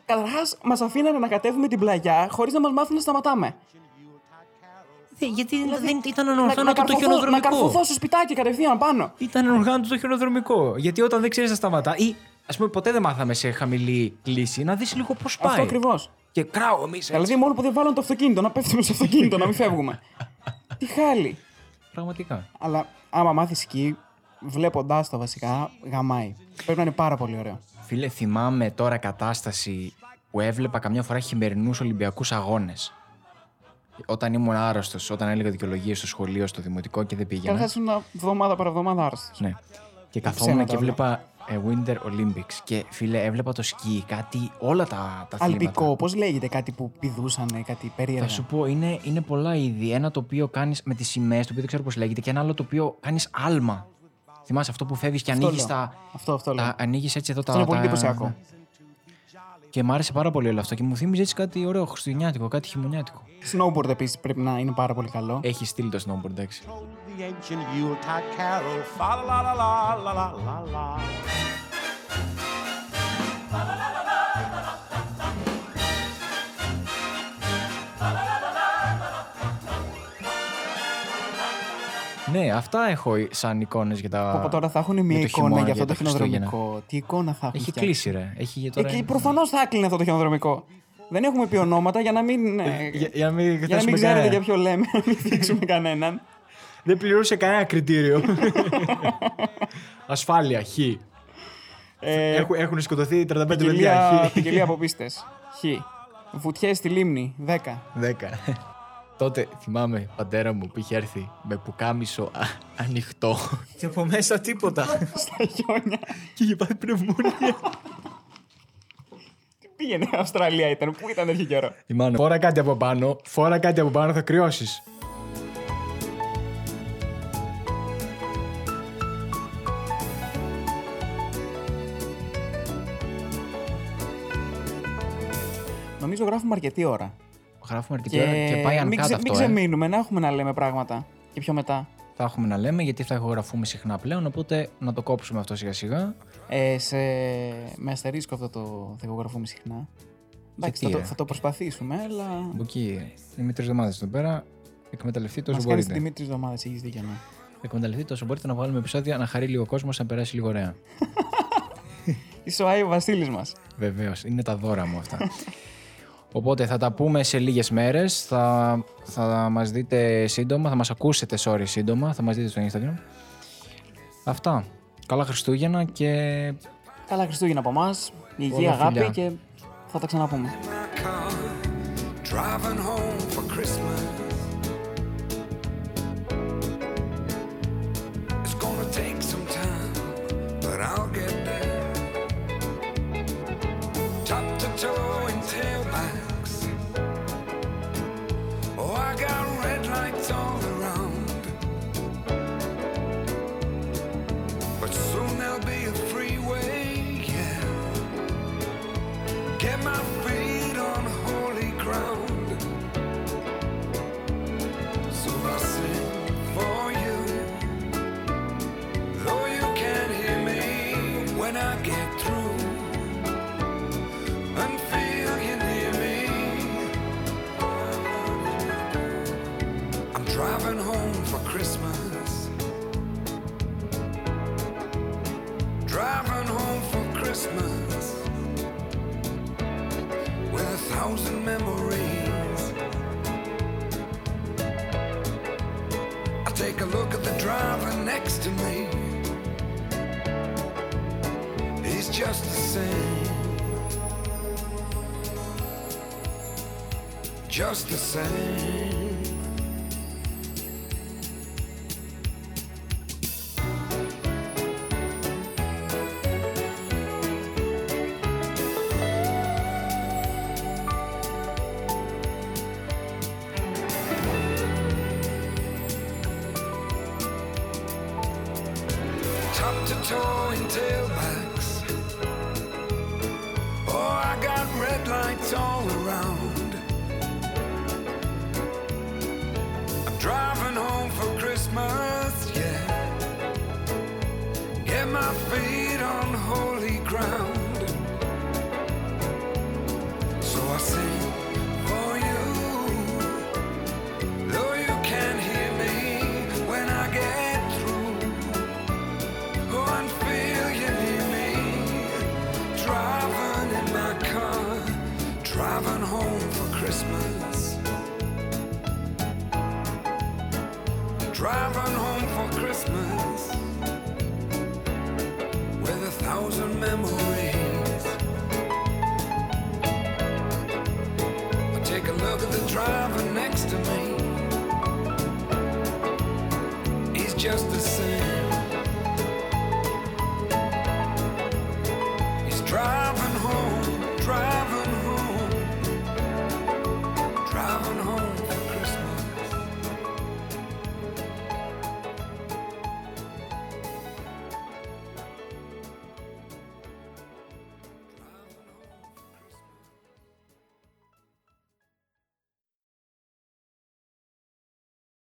Speaker 2: Καταρχάς, μας αφήνανε να κατέβουμε την πλαγιά χωρίς να μας μάθουν να σταματάμε. Δηλαδή,
Speaker 1: Γιατί δεν ήταν
Speaker 2: καρφωθώ- να καρφωθώ στο σπιτάκι κατευθείαν πάνω.
Speaker 1: Ήταν ανοργάνωτο το χειροδρομικό. Γιατί όταν δεν ξέρεις να σταματά, ή ας πούμε, ποτέ δεν μάθαμε σε χαμηλή κλίση να δεις λίγο πώς πάει.
Speaker 2: Αυτό ακριβώς.
Speaker 1: Και κράω εμείς.
Speaker 2: Δηλαδή, μόνο που δεν βάλουν το αυτοκίνητο, να πέφτουμε στο αυτοκίνητο, να μην φεύγουμε. Τι χάλι.
Speaker 1: Πραγματικά.
Speaker 2: Αλλά άμα μάθεις σκι, βλέποντά τα βασικά, γαμάει. Πρέπει να είναι πάρα πολύ ωραίο.
Speaker 1: Φίλε, θυμάμαι τώρα κατάσταση που έβλεπα καμιά φορά χειμερινούς Ολυμπιακούς Αγώνες. Όταν ήμουν άρρωστος, όταν έλεγα δικαιολογίες στο σχολείο, στο δημοτικό και δεν πήγαινα.
Speaker 2: Καταρχά, ήμουν εβδομάδα παραβδομάδα άρρωστος.
Speaker 1: Ναι. Και καθόμουν και
Speaker 2: όλα.
Speaker 1: έβλεπα ε, Winter Olympics. Και φίλε, έβλεπα το σκι, κάτι, όλα τα, τα θύματα.
Speaker 2: Αλπικό, πώς λέγεται κάτι που πηδούσανε, κάτι περίεργο.
Speaker 1: Ναι, Θα σου πω, είναι, είναι πολλά είδη. Ένα το οποίο κάνεις με τις σημαίες, το οποίο δεν ξέρω πώς λέγεται, και ένα άλλο το οποίο κάνεις άλμα. Θυμάσαι αυτό που φεύγεις και ανοίγει τα.
Speaker 2: Αυτό, αυτό λέω.
Speaker 1: τα ανοίγεις έτσι εδώ τα.
Speaker 2: Αυτό είναι πολύ
Speaker 1: τα- ναι.
Speaker 2: εντυπωσιακό.
Speaker 1: Και μου άρεσε πάρα πολύ όλο αυτό και μου θύμιζε έτσι κάτι ωραίο χριστουγεννιάτικο, κάτι χειμωνιάτικο.
Speaker 2: Snowboard επίσης πρέπει να είναι πάρα πολύ καλό.
Speaker 1: Έχει στείλει το snowboard, εντάξει.
Speaker 3: The ancient Yuletide carol. Fa la la la la la la la la.
Speaker 1: Ναι, αυτά έχω σαν εικόνες για τα.
Speaker 2: Από τώρα θα έχουν μια
Speaker 1: για το
Speaker 2: εικόνα
Speaker 1: χειμώνα,
Speaker 2: για αυτό το
Speaker 1: τα Χριστούγεννα.
Speaker 2: χιονοδρομικό. Τι εικόνα θα έχουν.
Speaker 1: Έχει
Speaker 2: φτιάξει. Ε,
Speaker 1: κλείσει, ρε. Έχει για τώρα.
Speaker 2: Εκεί προφανώς θα έκλεινε αυτό το χιονοδρομικό. Δεν έχουμε πει ονόματα για να μην, ε,
Speaker 1: Για, για να μην,
Speaker 2: για να μην
Speaker 1: χάσουμε
Speaker 2: ξέρετε
Speaker 1: κανένα.
Speaker 2: για ποιο λέμε, να μην δείξουμε κανέναν.
Speaker 1: Δεν πληρούσε κανένα κριτήριο. Ασφάλεια, χ.
Speaker 2: Ε,
Speaker 1: Έχουν, έχουν σκοτωθεί 35 παιδιά,
Speaker 2: ποικιλία,
Speaker 1: χ.
Speaker 2: ποικιλία από πίστες. Χ. Βουτιές στη λίμνη. 10.
Speaker 1: 10. Τότε θυμάμαι, πατέρα μου που είχε έρθει με πουκάμισο α- ανοιχτό. Και από μέσα τίποτα.
Speaker 2: Στα χιόνια.
Speaker 1: και είχε πάει πνευμονία.
Speaker 2: Τι Πήγαινε Αυστραλία ήταν. Πού ήταν τέτοιο καιρό.
Speaker 1: Η μάνα. Φόρα κάτι από πάνω, φόρα κάτι από πάνω, θα κρυώσεις.
Speaker 2: Νομίζω γράφουμε αρκετή ώρα.
Speaker 1: Γράφουμε αρκετή ώρα και πάει αν
Speaker 2: μην,
Speaker 1: κάτω
Speaker 2: ξε, μην
Speaker 1: αυτό. ε.
Speaker 2: ξεμείνουμε, να έχουμε να λέμε πράγματα. Και πιο μετά.
Speaker 1: Θα έχουμε να λέμε γιατί θα ηχογραφούμε συχνά πλέον. Οπότε να το κόψουμε αυτό σιγά σιγά.
Speaker 2: Ε, σε... Με αστερίσκο αυτό το θεογραφούμε συχνά. Εντάξει, θα,
Speaker 1: Γιατί,
Speaker 2: το,
Speaker 1: ρε?
Speaker 2: θα το προσπαθήσουμε, αλλά.
Speaker 1: Από εκεί είμαι τρει εβδομάδε εδώ πέρα. Εκμεταλλευτείτε
Speaker 2: Μα
Speaker 1: όσο
Speaker 2: κάνει την
Speaker 1: μπορείτε.
Speaker 2: τιμή τρει εβδομάδε, έχεις δίκιο ναι.
Speaker 1: Εκμεταλλευτείτε όσο μπορείτε να βγάλουμε επεισόδια, να χαρεί λίγο ο κόσμος, να περάσει λίγο ωραία.
Speaker 2: Είσαι ο Άιο Βασίλης μας.
Speaker 1: Βεβαίως, είναι τα δώρα μου αυτά. Οπότε θα τα πούμε σε λίγες μέρες. Θα, θα μας δείτε σύντομα, θα μας ακούσετε, sorry, σύντομα. Θα μας δείτε στο Instagram. Αυτά. Καλά Χριστούγεννα και
Speaker 2: Καλά Χριστούγεννα από εμάς. Υγεία,
Speaker 1: Πολλά
Speaker 2: αγάπη
Speaker 1: φιλιά.
Speaker 2: και θα τα ξαναπούμε.
Speaker 6: car, driving home for Christmas. It's gonna take some time, but I'll get there. Top to toe in tailbacks. Oh, I got red lights all around. But soon there'll be a freeway, yeah. Get my feet on holy ground. So I sing for you. Though you can't hear me when I get through. And feel you near me. I'm driving home for Christmas. Driving home for Christmas with a thousand memories. I take a look at the driver next to me. He's just the same. Just the same. going tailbacks. Oh, I got red lights all around. I'm driving home for Christmas, yeah. Get my feet on holy ground. So I sing for you. Though you can't hear me when I get through. Go and feel you need me. Driving in my car, driving home for Christmas. Driving home for Christmas with a thousand memories. I take a look at the driver next to me. He's just the same.